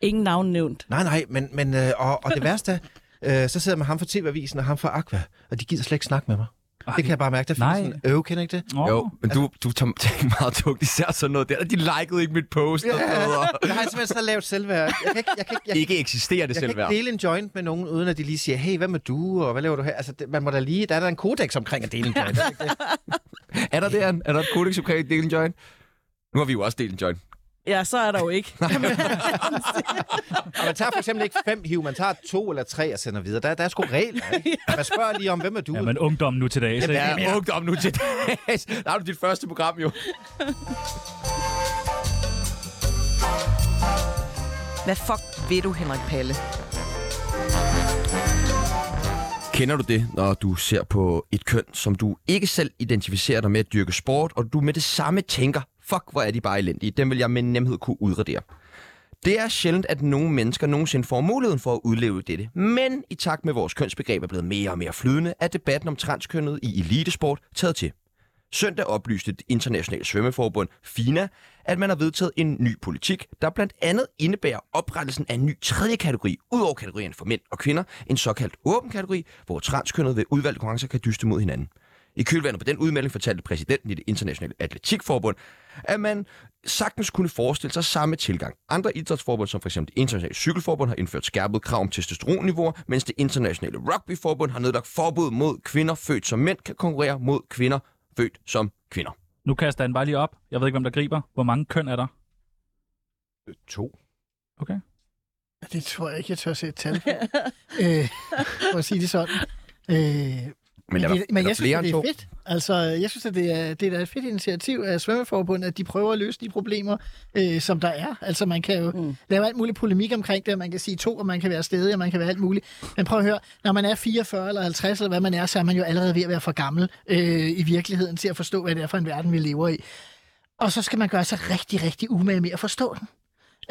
[SPEAKER 4] Ingen navn nævnt.
[SPEAKER 5] Nej, nej, men, men øh, og, og det værste er, øh, så sidder jeg med ham fra TV-avisen og ham fra Aqua, og de gider slet ikke snakke med mig. Ej, det kan jeg bare mærke, der findes
[SPEAKER 2] nej.
[SPEAKER 5] sådan en øv, kender I ikke det?
[SPEAKER 2] Åh,
[SPEAKER 1] Jo, men du, du tager *laughs* tager meget tungt, især sådan noget der. De likede ikke mit post. og sådan noget, og
[SPEAKER 5] Jeg har simpelthen så lavt selvværd. Jeg kan ikke, jeg kan ikke, jeg,
[SPEAKER 1] Ikke eksisterende
[SPEAKER 5] jeg kan ikke
[SPEAKER 1] selvværd.
[SPEAKER 5] dele en joint med nogen, uden at de lige siger, hey, hvad med du, og hvad laver du her? Altså, det, man må da lige, der er der en kodex omkring at dele en *laughs* joint.
[SPEAKER 1] Er der det, Anne? Er der et kodex omkring at dele en joint? Nu har vi jo også delt en joint.
[SPEAKER 4] Ja, så er der jo ikke.
[SPEAKER 5] Og man tager for eksempel ikke fem hiv, man tager to eller tre og sender videre. Der, der er sgu regler, *laughs* ikke? Man spørger lige om, hvem er du?
[SPEAKER 2] Ja, men ungdommen nu til dag. Så
[SPEAKER 1] Ja, ja. ungdom nu til dags. Der har du dit første program jo.
[SPEAKER 6] Hvad fuck ved du, Henrik Palle?
[SPEAKER 1] Kender du det, når du ser på et køn, som du ikke selv identificerer dig med at dyrke sport, og du med det samme tænker, fuck, hvor er de bare elendige, dem vil jeg med nemhed kunne udradere. Det er sjældent, at nogle mennesker nogensinde får muligheden for at udleve dette, men i takt med vores kønsbegreb er blevet mere og mere flydende, er debatten om transkønnet i elitesport taget til. Søndag oplyste det internationale svømmeforbund FINA, at man har vedtaget en ny politik, der blandt andet indebærer oprettelsen af en ny tredje kategori, ud over kategorien for mænd og kvinder, en såkaldt åben kategori, hvor transkønnede ved udvalgte konkurrencer kan dyste mod hinanden. I kølvandet på den udmelding fortalte præsidenten i det internationale atletikforbund, at man sagtens kunne forestille sig samme tilgang. Andre idrætsforbund, som f.eks. det internationale cykelforbund, har indført skærpet krav om testosteronniveauer, mens det internationale rugbyforbund har nedlagt forbud mod kvinder født som mænd kan konkurrere mod kvinder født som kvinder.
[SPEAKER 2] Nu kaster han bare lige op. Jeg ved ikke, hvem der griber. Hvor mange køn er der?
[SPEAKER 5] To.
[SPEAKER 2] Okay.
[SPEAKER 3] Det tror jeg ikke, jeg tør sætte tal på. *laughs* øh, for at sige det sådan. Øh, men,
[SPEAKER 1] Men, er der,
[SPEAKER 3] det,
[SPEAKER 1] er
[SPEAKER 3] men
[SPEAKER 1] der
[SPEAKER 3] jeg synes,
[SPEAKER 1] flere
[SPEAKER 3] at det
[SPEAKER 1] end
[SPEAKER 3] er
[SPEAKER 1] to?
[SPEAKER 3] fedt. Altså, jeg synes, at det er, det er da et fedt initiativ af Svømmeforbundet, at de prøver at løse de problemer, øh, som der er. Altså, man kan jo mm. lave alt muligt polemik omkring det, og man kan sige to, og man kan være stedig, og man kan være alt muligt. Men prøv at høre, når man er 44 eller 50, eller hvad man er, så er man jo allerede ved at være for gammel øh, i virkeligheden til at forstå, hvad det er for en verden, vi lever i. Og så skal man gøre sig rigtig, rigtig umage med at forstå den.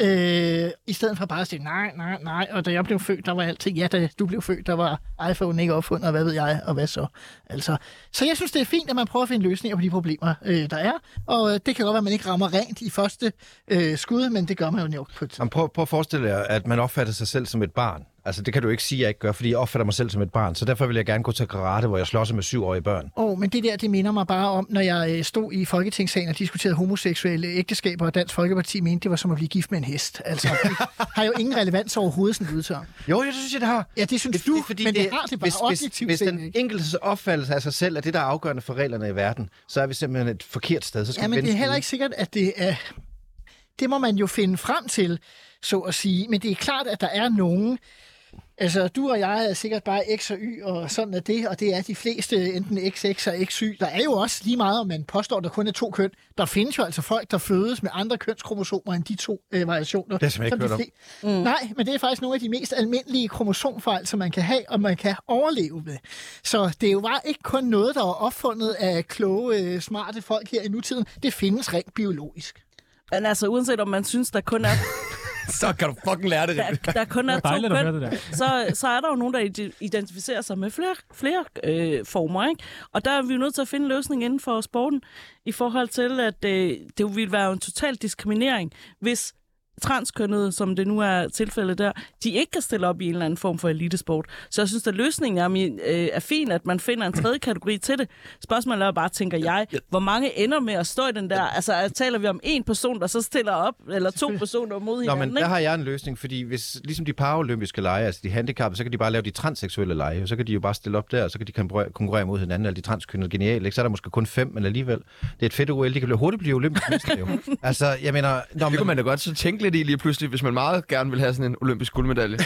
[SPEAKER 3] Øh, I stedet for bare at sige nej, nej, nej, og da jeg blev født, der var alting, ja, da du blev født, der var iPhone ikke opfundet, og hvad ved jeg, og hvad så? Altså, så jeg synes, det er fint, at man prøver at finde løsninger på de problemer, øh, der er, og øh, det kan godt være, at man ikke rammer rent i første øh, skud, men det gør man jo nok på et tidspunkt.
[SPEAKER 5] Jamen, prøv, prøv at forestille jer, at man opfatter sig selv som et barn. Altså, det kan du ikke sige, at jeg ikke gør, fordi jeg opfatter mig selv som et barn. Så derfor vil jeg gerne gå til karate, hvor jeg slås med syvårige børn.
[SPEAKER 3] Åh, men det der, det minder mig bare om, når jeg øh, stod i Folketingssalen og diskuterede homoseksuelle ægteskaber, og Dansk Folkeparti mente, det var som at blive gift med en hest. Altså, det har jo ingen relevans overhovedet, sådan et udsagn.
[SPEAKER 5] Jo, jeg synes, jeg, det har.
[SPEAKER 3] Ja, det synes du, men det har det bare
[SPEAKER 5] hvis, hvis,
[SPEAKER 3] objektivt
[SPEAKER 5] hvis
[SPEAKER 3] set
[SPEAKER 5] den
[SPEAKER 3] ikke.
[SPEAKER 5] enkeltes opfattelse af sig selv er det, der er afgørende for reglerne i verden, så er vi simpelthen et forkert sted. Så skal
[SPEAKER 3] Ja,
[SPEAKER 5] vi
[SPEAKER 3] men
[SPEAKER 5] vende
[SPEAKER 3] det er heller
[SPEAKER 5] skuden.
[SPEAKER 3] ikke sikkert, at det er... Det må man jo finde frem til, så at sige. Men det er klart, at der er nogen, Altså, du og jeg er sikkert bare X og Y, og sådan er det, og det er de fleste enten XX og XY. Der er jo også lige meget, om man påstår, at der kun er to køn. Der findes jo altså folk, der fødes med andre kønskromosomer end de to øh, variationer.
[SPEAKER 5] Det har jeg simpelthen ikke
[SPEAKER 3] som de fle- Nej, men det er faktisk nogle af de mest almindelige kromosomfejl, som man kan have, og man kan overleve med. Så det er jo bare ikke kun noget, der er opfundet af kloge, øh, smarte folk her i nutiden. Det findes rent biologisk.
[SPEAKER 4] Men altså, uanset om man synes, der kun er,
[SPEAKER 5] *laughs*
[SPEAKER 1] Så kan du fucking lære det,
[SPEAKER 4] der, der kun er to
[SPEAKER 2] Dejligt at høre det
[SPEAKER 4] køn,
[SPEAKER 2] der.
[SPEAKER 4] så, så er der jo nogen, der ide- identificerer sig med flere, flere øh, former. Ikke? Og der er vi jo nødt til at finde en løsning inden for sporten, i forhold til, at øh, det ville være en total diskriminering, hvis transkønnede, som det nu er tilfældet der, de ikke kan stille op i en eller anden form for elitesport. Så jeg synes, at løsningen er, øh, er fin, at man finder en tredje kategori til det. Spørgsmålet er bare, tænker jeg, hvor mange ender med at stå i den der? Altså, taler vi om en person, der så stiller op, eller
[SPEAKER 5] *laughs*
[SPEAKER 4] to personer mod
[SPEAKER 5] Nå,
[SPEAKER 4] hinanden?
[SPEAKER 5] men
[SPEAKER 4] ikke?
[SPEAKER 5] der har jeg en løsning, fordi hvis, ligesom de paralympiske lege, altså de handicappede, så kan de bare lave de transseksuelle lege, og så kan de jo bare stille op der, og så kan de konkurrere, konkurrere mod hinanden, alle de transkønnede geniale, ikke? Så er der måske kun fem, men alligevel. Det er et fedt OL, de kan blive hurtigt blive olympisk mester, jo. altså, jeg mener... Nå,
[SPEAKER 1] Det
[SPEAKER 5] men,
[SPEAKER 1] kunne man da godt så tænke lidt i lige pludselig, hvis man meget gerne vil have sådan en olympisk
[SPEAKER 3] *laughs*
[SPEAKER 1] guldmedalje.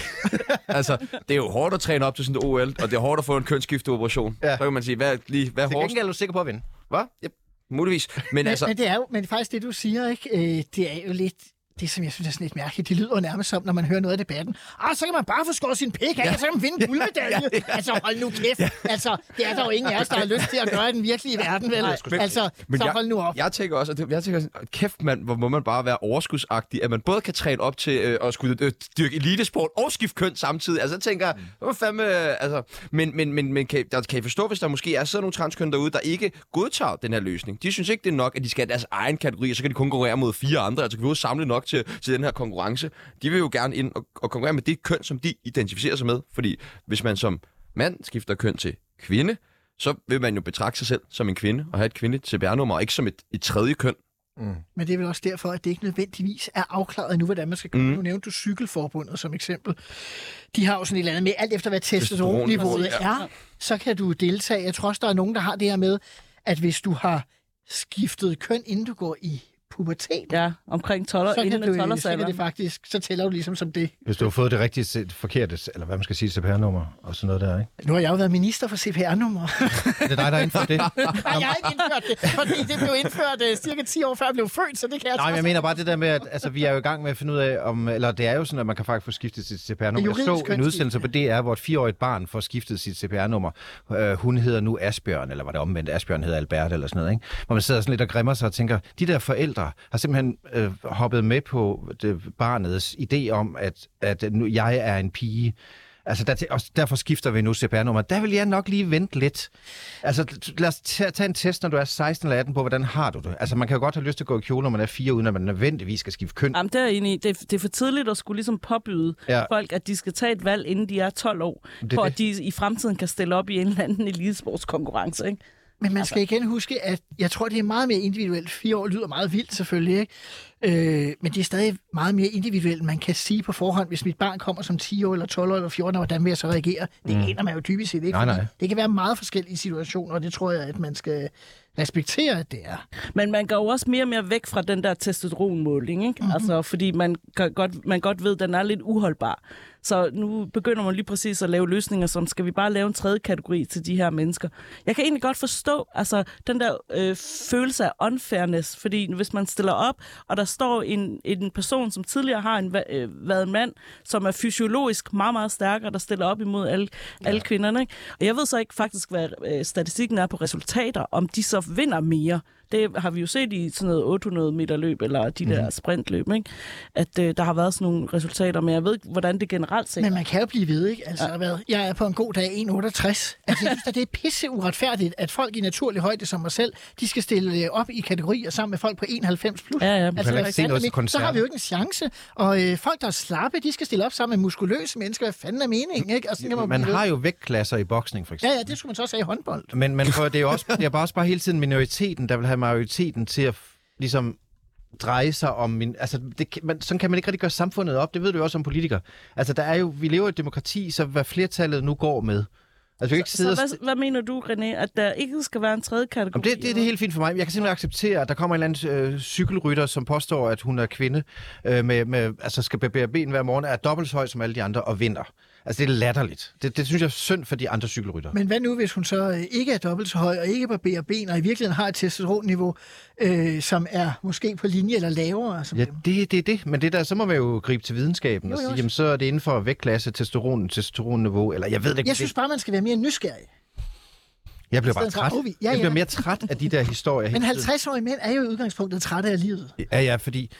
[SPEAKER 1] altså, det er jo hårdt at træne op til sådan et OL, og det er hårdt at få en kønsskifteoperation.
[SPEAKER 5] Ja.
[SPEAKER 1] Ja. Så kan man sige, hvad, er lige, hvad er
[SPEAKER 5] til
[SPEAKER 1] hårdest?
[SPEAKER 5] gengæld er du sikker på at vinde.
[SPEAKER 1] Hvad? Ja, muligvis. Men
[SPEAKER 3] *laughs* Men, altså...
[SPEAKER 1] altså,
[SPEAKER 3] men, det er jo, men faktisk det, du siger, ikke? Øh, det er jo lidt det, som jeg synes er sådan lidt mærkeligt. Det lyder jo nærmest som, når man hører noget af debatten. Ah, så kan man bare få skåret sin pik af, *laughs* ja. så kan man vinde en guldmedalje. Ja, ja, ja. Altså, hold nu kæft. Ja. Altså, det er der jo ingen af os, der har lyst til at gøre i den virkelige verden, vel?
[SPEAKER 1] men-
[SPEAKER 3] altså,
[SPEAKER 1] men
[SPEAKER 3] så
[SPEAKER 1] jeg-
[SPEAKER 3] hold nu op.
[SPEAKER 1] jeg tænker også, at det, jeg tænker sådan, kæft mand, hvor må man bare være overskudsagtig, at man både kan træne op til øh, at skulle øh, dyrke elitesport og skifte køn samtidig. Altså, jeg tænker, hvor fandme, øh, altså, men, men, men, men kan, der, kan I forstå, hvis der måske er sådan nogle transkøn derude, der ikke godtager den her løsning? De synes ikke, det er nok, at de skal have deres egen kategori, og så kan de konkurrere mod fire andre, altså kan vi jo samle nok til, til den her konkurrence. De vil jo gerne ind og, og konkurrere med det køn, som de identificerer sig med, fordi hvis man som mand skifter køn til kvinde, så vil man jo betragte sig selv som en kvinde og have et kvindeligt CPR-nummer, og ikke som et, et tredje *laughs* køn.
[SPEAKER 3] Men det er vel også derfor, at det ikke nødvendigvis er afklaret nu, hvordan man skal gøre. Mm. Nu nævnte du cykelforbundet som eksempel. De har jo sådan et eller andet med, alt efter hvad testosteronniveauet
[SPEAKER 1] Testosteron,
[SPEAKER 3] er, så kan du deltage. Jeg tror også, der er nogen, der har det her med, at hvis du har skiftet køn, inden du går i puberteten,
[SPEAKER 4] Ja, omkring 12
[SPEAKER 3] så kan,
[SPEAKER 4] inden
[SPEAKER 3] du,
[SPEAKER 4] 12
[SPEAKER 3] så kan det faktisk, så tæller du ligesom som det.
[SPEAKER 5] Hvis du har fået det rigtige, se- forkerte, eller hvad man skal sige, CPR-nummer og sådan noget der, ikke?
[SPEAKER 3] Nu har jeg jo været minister for CPR-nummer.
[SPEAKER 5] Det er dig, der er inden for *laughs* det.
[SPEAKER 3] Nej, jeg har ikke indført det, fordi det blev indført uh, cirka 10 år før jeg blev født, så det kan jeg
[SPEAKER 5] Nej, men
[SPEAKER 3] trods
[SPEAKER 5] jeg mener bare det der med, at altså, vi er jo i gang med at finde ud af, om, eller det er jo sådan, at man kan faktisk få skiftet sit CPR-nummer. Jeg
[SPEAKER 3] Juridisk
[SPEAKER 5] så en
[SPEAKER 3] kønsskifte.
[SPEAKER 5] udsendelse på DR, hvor et fireårigt barn får skiftet sit CPR-nummer. Øh, hun hedder nu Asbjørn, eller var det omvendt, Asbjørn hedder Albert eller sådan noget, ikke? Hvor man sidder sådan lidt og grimmer sig og tænker, de der forældre har simpelthen øh, hoppet med på det, barnets idé om, at, at nu, jeg er en pige. Altså, der, og derfor skifter vi nu CPR-nummer. Der vil jeg nok lige vente lidt. Altså, t- lad os ta- tage en test, når du er 16 eller 18 på, hvordan har du det? Altså, man kan jo godt have lyst til at gå i kjole, når man er fire, uden at man nødvendigvis skal skifte køn.
[SPEAKER 4] Jamen, det er jeg enig i. Det, det er for tidligt at skulle ligesom påbyde
[SPEAKER 5] Ja.
[SPEAKER 4] ja. folk, at de skal tage et valg, inden de er 12 år,
[SPEAKER 5] Det
[SPEAKER 4] det,
[SPEAKER 5] er
[SPEAKER 4] for
[SPEAKER 5] det.
[SPEAKER 4] at de i fremtiden kan stille op i en eller anden elitesportskonkurrence. Ikke?
[SPEAKER 3] Men
[SPEAKER 5] Altså-
[SPEAKER 3] man skal igen huske, at jeg tror, det er meget mere individuelt. Fire år lyder meget vildt selvfølgelig, ikke? Øh, men det er stadig meget mere individuelt. Man kan sige på forhånd, hvis mit barn kommer som 10 år, eller 12 år, eller 14 år, hvordan vil jeg så reagere? Det mm. aner man jo typisk set ikke.
[SPEAKER 5] Nej,
[SPEAKER 3] fordi
[SPEAKER 5] nej.
[SPEAKER 3] Det kan være meget forskellige situationer, og det tror jeg, at man skal respektere, at det er.
[SPEAKER 4] Men man går jo også mere og mere væk fra den der testosteronmåling, ikke? Mm-hmm. Altså, fordi man kan godt, man godt ved, at den er lidt uholdbar. Så nu begynder man lige præcis at lave løsninger, som skal vi bare lave en tredje kategori til de her mennesker. Jeg kan egentlig godt forstå altså, den der øh, følelse af unfairness, fordi hvis man stiller op, og der står en, en person, som tidligere har en, va- øh, været en mand, som er fysiologisk meget, meget stærkere, der stiller op imod alle, ja. alle kvinderne. Ikke? Og jeg ved så ikke faktisk, hvad øh, statistikken er på resultater, om de så vinder mere. Det har vi jo set i sådan noget 800 meter løb, eller
[SPEAKER 5] Mhm.
[SPEAKER 4] de der sprintløb, ikke? at øh, der har været sådan nogle resultater, men jeg ved ikke, hvordan det generelt set
[SPEAKER 3] Men man kan jo blive ved, ikke? Altså, hvad? Jeg er på en god dag 1,68. Altså, jeg synes, at det er pisse uretfærdigt, at folk i naturlig højde som mig selv, de skal stille øh, op i kategorier sammen med folk på 91 plus. Altså,
[SPEAKER 4] Ja, ja.
[SPEAKER 5] heller ikke se
[SPEAKER 3] fanden
[SPEAKER 5] noget
[SPEAKER 3] er
[SPEAKER 5] til
[SPEAKER 3] men- så har vi jo ikke en chance. Og øh, folk, der er slappe, de skal stille op sammen med muskuløse mennesker. Hvad fanden er meningen, ikke? Og sådan kan man,
[SPEAKER 5] Man
[SPEAKER 3] blive ved.
[SPEAKER 5] har jo vægtklasser i boksning, for eksempel.
[SPEAKER 3] Ja, ja, det skulle man så også have i håndbold.
[SPEAKER 5] Men, men for, det er jo også, det er bare også bare hele tiden minoriteten, der vil have majoriteten til at f- ligesom dreje sig om min... Altså, det, kan- man, sådan kan man ikke rigtig gøre samfundet op. Det ved du jo også som politiker. Altså, der er jo, vi lever i et demokrati, så hvad flertallet nu går med. Altså, vi kan ikke sidde
[SPEAKER 4] Så
[SPEAKER 5] og...
[SPEAKER 4] hvad, hvad mener du, René, at der ikke skal være en tredje kategori?
[SPEAKER 5] Jamen, det, det, det er helt fint for mig. Jeg kan simpelthen acceptere, at der kommer en eller anden øh, cykelrytter, som påstår, at hun er kvinde, øh, med, med, altså skal barbere ben hver morgen, er dobbelt så høj som alle de andre og vinder. Altså, det er latterligt. Det, det synes jeg er synd for de andre cykelryttere.
[SPEAKER 3] Men hvad nu, hvis hun så øh, ikke er dobbelt så høj, og ikke barberer ben, og i virkeligheden har et testosteronniveau, øh, som er måske på linje eller lavere? altså? Som
[SPEAKER 5] Ja,
[SPEAKER 3] dem?
[SPEAKER 5] det er det, er det. Men det der, så må man jo gribe til videnskaben
[SPEAKER 3] Jo,
[SPEAKER 5] og
[SPEAKER 3] jo.
[SPEAKER 5] sige, jamen, så er det inden for vægtklasse, testosteron, testosteronniveau, eller jeg ved det ikke.
[SPEAKER 3] Jeg synes bare, man skal være mere nysgerrig.
[SPEAKER 5] det, jeg bliver
[SPEAKER 3] i
[SPEAKER 5] bare
[SPEAKER 3] stedet for
[SPEAKER 5] træt.
[SPEAKER 3] afvig- oh, Ja,
[SPEAKER 5] Ja, jeg
[SPEAKER 3] ja.
[SPEAKER 5] bliver mere træt af de der historier.
[SPEAKER 3] Men
[SPEAKER 5] hele tiden.
[SPEAKER 3] 50-årige mænd er jo i udgangspunktet trætte af livet.
[SPEAKER 5] Ja, ja, fordi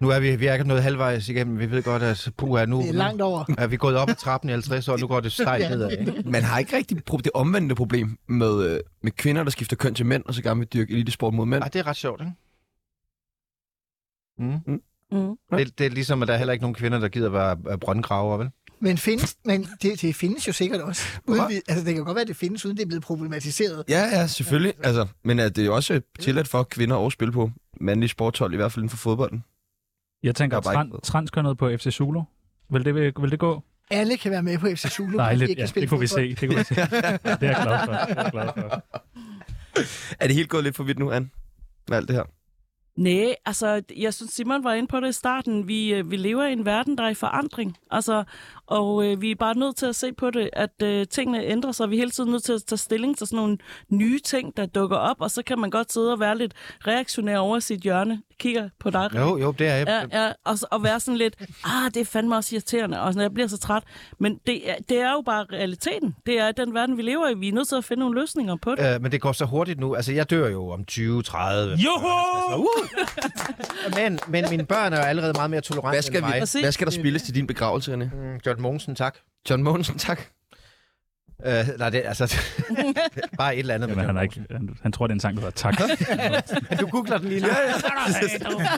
[SPEAKER 5] nu er vi, vi er ikke nået halvvejs igennem. Vi ved godt, at puh, er nu,
[SPEAKER 3] Det er langt over.
[SPEAKER 5] er vi gået op ad trappen i 50 år, nu går det stejt
[SPEAKER 3] *laughs* Ja.
[SPEAKER 5] nedad. ikke?
[SPEAKER 1] Man har ikke rigtig pro- det omvendte problem med, øh, med kvinder, der skifter køn til mænd, og så gerne vil dyrke elitesport mod mænd.
[SPEAKER 5] Ej, det er ret sjovt, ikke? Mm.
[SPEAKER 4] Mm.
[SPEAKER 5] Det, det, er ligesom, at der er heller ikke nogen kvinder, der gider være øh, brøndgraver, vel?
[SPEAKER 3] Men, findes, men det, det findes jo sikkert også. Uden vi, altså, det kan godt være, at det findes, uden det er blevet problematiseret.
[SPEAKER 1] Ja, ja, selvfølgelig. Altså, men er det er jo også tilladt for kvinder at spille på mandlige sportshold, i hvert fald inden for fodbolden.
[SPEAKER 2] Jeg tænker,
[SPEAKER 1] Der er bare ikke
[SPEAKER 2] tran-
[SPEAKER 1] noget.
[SPEAKER 2] transkønnet på FC Zulu. Vil det, vil det gå?
[SPEAKER 3] Alle kan være med på FC Zulu.
[SPEAKER 2] Nej,
[SPEAKER 3] hvis de
[SPEAKER 2] lidt,
[SPEAKER 3] ikke
[SPEAKER 2] ja,
[SPEAKER 3] kan spille
[SPEAKER 2] det kunne vi
[SPEAKER 3] fodbold.
[SPEAKER 2] se. Det, kunne vi se. det er jeg glad for. Det er jeg glad for.
[SPEAKER 1] Er det helt gået lidt for vidt nu, Anne? Med alt det her?
[SPEAKER 4] Nej, altså, jeg synes, Simon var inde på det i starten. Vi, øh, vi lever i en verden, der er i forandring. Altså, og øh, vi er bare nødt til at se på det, at øh, tingene ændrer sig. Vi er hele tiden nødt til at tage stilling til sådan nogle nye ting, der dukker op, og så kan man godt sidde og være lidt reaktionær over i sit hjørne. Jeg Kigger på dig,
[SPEAKER 5] Jo, jo, det er jeg.
[SPEAKER 4] Ja, ja, og, så- og være sådan lidt, ah, det er fandme også irriterende, og sådan, jeg bliver så træt. Men det er, det er jo bare realiteten. Det er den verden, vi lever i. Vi er nødt til at finde nogle løsninger på det.
[SPEAKER 5] Øh, men det går så hurtigt nu. Altså, jeg dør jo om 20, 30.
[SPEAKER 2] Joho!
[SPEAKER 5] altså, uh!
[SPEAKER 2] *laughs*
[SPEAKER 5] Men, men mine børn er jo allerede meget mere tolerante
[SPEAKER 1] Hvad skal,
[SPEAKER 5] end mig.
[SPEAKER 1] vi,
[SPEAKER 4] Præcis.
[SPEAKER 1] hvad skal der spilles til din begravelse, René?
[SPEAKER 5] Mm, John Mogensen, tak.
[SPEAKER 1] John Mogensen, tak.
[SPEAKER 5] Øh, nej, det er altså... *laughs* bare et eller andet. med
[SPEAKER 2] Jamen, han,
[SPEAKER 5] John
[SPEAKER 2] er ikke, han, han tror, det er en sang, der hedder Tak.
[SPEAKER 5] Mogensen. Du googler den lige nu. *laughs* Ja, ja.